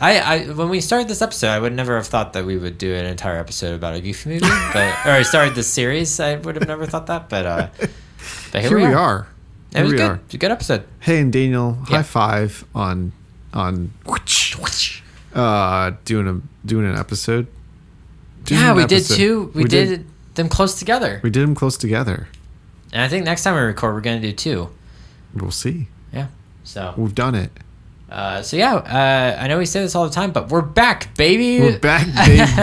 S2: I, I when we started this episode, I would never have thought that we would do an entire episode about a Goofy movie, but or started this series. I would have never thought that, but uh, but here,
S1: Here, we are.
S2: It
S1: Here we
S2: was good.
S1: are.
S2: It was a good episode.
S1: Hey, and Daniel,
S2: Yeah.
S1: high five on on uh doing a doing an episode. Doing
S2: yeah,
S1: an
S2: we
S1: episode.
S2: did too. We, did, them close together,
S1: We did them close together.
S2: and I think next time we record, we're gonna do two.
S1: We'll see.
S2: Yeah. So,
S1: We've done it.
S2: uh, so yeah, uh, I know we say this all the time, but we're back, baby.
S1: We're back,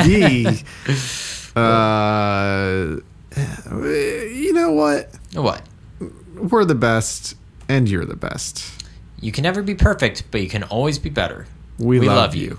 S1: baby. uh, you know what?
S2: What?
S1: We're the best, and you're the best.
S2: You can never be perfect, but you can always be better.
S1: We, love, you.